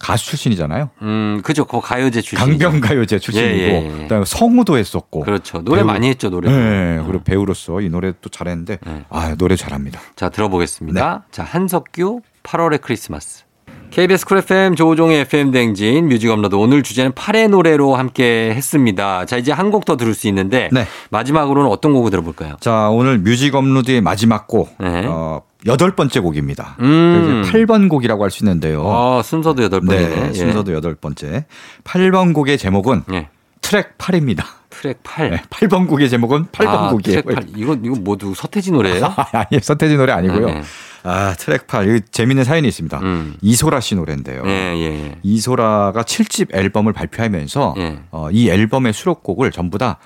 S7: 가수 출신이잖아요.
S1: 음, 그죠. 그 가요제 출신.
S7: 강변가요제 출신이고
S1: 예, 예, 예.
S7: 그다음에 성우도 했었고.
S1: 그렇죠. 노래
S7: 배우-
S1: 많이 했죠, 노래. 음.
S7: 네, 그리고 배우로서 이 노래 또 잘했는데
S1: 네.
S7: 아, 노래 잘합니다.
S1: 자, 들어보겠습니다.
S7: 네.
S1: 자, 한석규 8월의 크리스마스. KBS 쿨 FM 조우종의 FM 댕진 뮤직 업로드 오늘 주제는 8의 노래로 함께 했습니다. 자, 이제 한 곡 더 들을 수 있는데
S7: 네.
S1: 마지막으로는 어떤 곡을 들어볼까요?
S7: 자, 오늘 뮤직 업로드의 마지막 곡.
S1: 네.
S7: 어, 여덟 번째 곡입니다.
S1: 음.
S7: 8번 곡이라고 할 수 있는데요.
S1: 아, 순서도 여덟 번이네
S7: 어. 네, 순서도 여덟 번째. 8번 곡의 제목은
S1: 예.
S7: 트랙 8입니다.
S1: 트랙 8.
S7: 네, 8번 곡의 제목은 8번
S1: 아,
S7: 곡이에요.
S1: 트랙 8. 이거 이거 모두 서태지 노래예요?
S7: 아니, 서태지 노래 (laughs) 아니고요.
S1: 네, 네.
S7: 아, 트랙 8. 이거 재밌는 사연이 있습니다.
S1: 음.
S7: 이소라 씨 노래인데요.
S1: 예, 예.
S7: 이소라가 7집 앨범을 발표하면서
S1: 예.
S7: 어, 이 앨범의 수록곡을 전부 다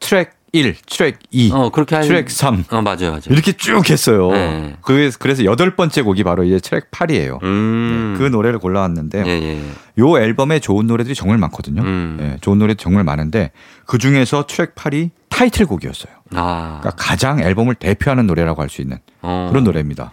S7: 트랙 1, 트랙 2,
S1: 어, 그렇게 할
S7: 트랙 3
S1: 어, 맞아요, 맞아요.
S7: 이렇게 쭉 했어요.
S1: 네.
S7: 그래서, 그래서 여덟 번째 곡이 바로 이제 트랙 8이에요.
S1: 음.
S7: 그 노래를 골라왔는데
S1: 예, 예.
S7: 요 앨범에 좋은 노래들이 정말 많거든요.
S1: 음.
S7: 예, 좋은 노래 정말 많은데 그 중에서 트랙 8이 타이틀곡이었어요.
S1: 아.
S7: 그러니까 가장 앨범을 대표하는 노래라고 할 수 있는
S1: 어,
S7: 그런 노래입니다.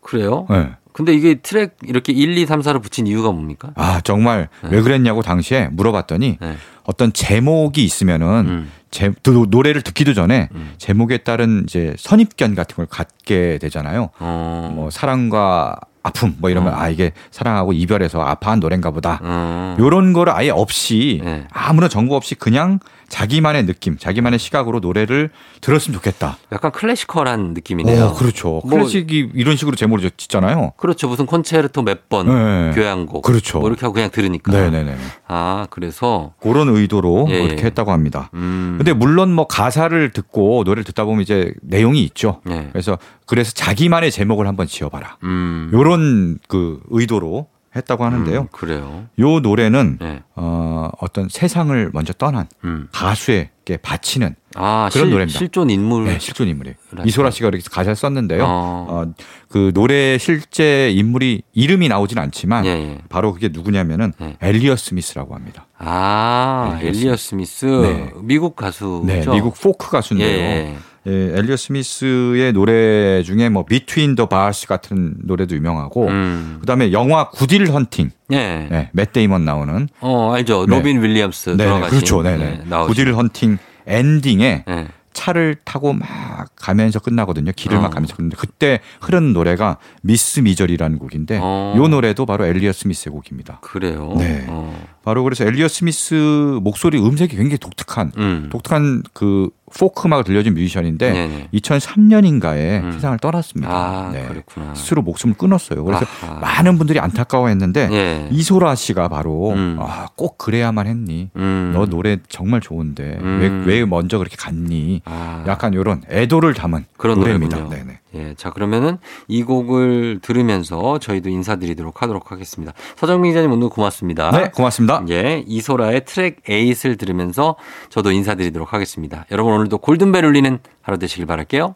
S1: 그래요?
S7: 예.
S1: 근데 이게 트랙 이렇게 1, 2, 3, 4로 붙인 이유가 뭡니까?
S7: 아 정말 왜 그랬냐고 당시에 물어봤더니
S1: 네.
S7: 어떤 제목이 있으면은
S1: 음.
S7: 제, 그 노래를 듣기도 전에
S1: 음.
S7: 제목에 따른 이제 선입견 같은 걸 갖게 되잖아요.
S1: 어.
S7: 뭐 사랑과 아픔 뭐 이러면
S1: 어.
S7: 아 이게 사랑하고 이별해서 아파한 노래인가 보다.
S1: 어.
S7: 요런 거를 아예 없이
S1: 네.
S7: 아무런 정보 없이 그냥 자기만의 느낌, 자기만의 시각으로 노래를 들었으면 좋겠다.
S1: 약간 클래시컬한 느낌이네요.
S7: 어, 그렇죠.
S1: 뭐-
S7: 클래식이 이런 식으로 제목을 짓잖아요.
S1: 그렇죠. 무슨 콘체르토 몇 번,
S7: 네.
S1: 음, 교향곡.
S7: 그렇죠.
S1: 뭐 이렇게 하고 그냥 들으니까.
S7: 네네네.
S1: 아, 그래서
S7: 그런 의도로
S1: 예,
S7: 그렇게
S1: 예.
S7: 했다고 합니다.
S1: 음.
S7: 근데 물론 뭐 가사를 듣고 노래를 듣다 보면 이제 내용이 있죠.
S1: 네.
S7: 그래서 그래서 자기만의 제목을 한번 지어봐라.
S1: 음.
S7: 요런 그 의도로 했다고 하는데요.
S1: 음, 그래요.
S7: 요 노래는
S1: 네.
S7: 어, 어떤 세상을 먼저 떠난
S1: 음.
S7: 가수에게 바치는
S1: 아,
S7: 그런
S1: 실,
S7: 노래입니다.
S1: 실존 인물.
S7: 네, 실존 인물이
S1: 라디오.
S7: 이소라 씨가 이렇게 가사를 썼는데요.
S1: 음. 그렇죠. 어.
S7: 어, 그 노래 실제 인물이 이름이 나오진 않지만
S1: 예, 예.
S7: 바로 그게 누구냐면은
S1: 네.
S7: 엘리어 스미스라고 합니다.
S1: 아,
S7: 엘리어
S1: 엘리어 스미스.
S7: 네.
S1: 미국 가수죠.
S7: 네, 미국 포크
S1: 예,
S7: 가수인데요.
S1: 예.
S7: 예, 엘리어 스미스의 노래 중에 뭐 Between the Bars 같은 노래도 유명하고
S1: 음.
S7: 그다음에 영화 구딜 헌팅,
S1: 예.
S7: 어. 네, 맷 데이먼 나오는
S1: 어, 알죠.
S7: 네.
S1: 로빈 윌리엄스
S7: 네,
S1: 돌아가신. 예,
S7: 그렇죠, 네네.
S1: 나오죠.
S7: 구딜 헌팅 엔딩에
S1: 예.
S7: 차를 타고 막 가면서 끝나거든요. 길을
S1: 어.
S7: 막 가면서 끝나는데 그때 흐르는 노래가 미스 미저리라는 곡인데
S1: 어.
S7: 네. 요 노래도 바로 엘리어 스미스의 곡입니다.
S1: 그래요.
S7: 네.
S1: 어.
S7: 바로 그래서 엘리어 스미스 목소리 음색이 굉장히 독특한
S1: 음.
S7: 독특한 그 포크 음악을 들려준 뮤지션인데
S1: 네네.
S7: 2003년인가에
S1: 음.
S7: 세상을 떠났습니다.
S1: 아,
S7: 네.
S1: 그렇구나.
S7: 스스로 목숨을 끊었어요. 그래서
S1: 아하.
S7: 많은 분들이 안타까워했는데
S1: 예.
S7: 이소라 씨가 바로
S1: 음.
S7: 아, 꼭 그래야만 했니?
S1: 음.
S7: 너 노래 정말 좋은데
S1: 음.
S7: 왜, 왜 먼저 그렇게 갔니?
S1: 아.
S7: 약간 이런 애도를 담은
S1: 그런
S7: 노래입니다.
S1: 노래군요.
S7: 네네.
S1: 예, 자 그러면은 이 곡을 들으면서 저희도 인사드리도록 하도록 하겠습니다. 서정민 기자님 오늘 고맙습니다.
S7: 네, 고맙습니다.
S1: 예, 이소라의 트랙 8을 들으면서 저도 인사드리도록 하겠습니다. 여러분 오늘도 골든벨 울리는 하루 되시길 바랄게요.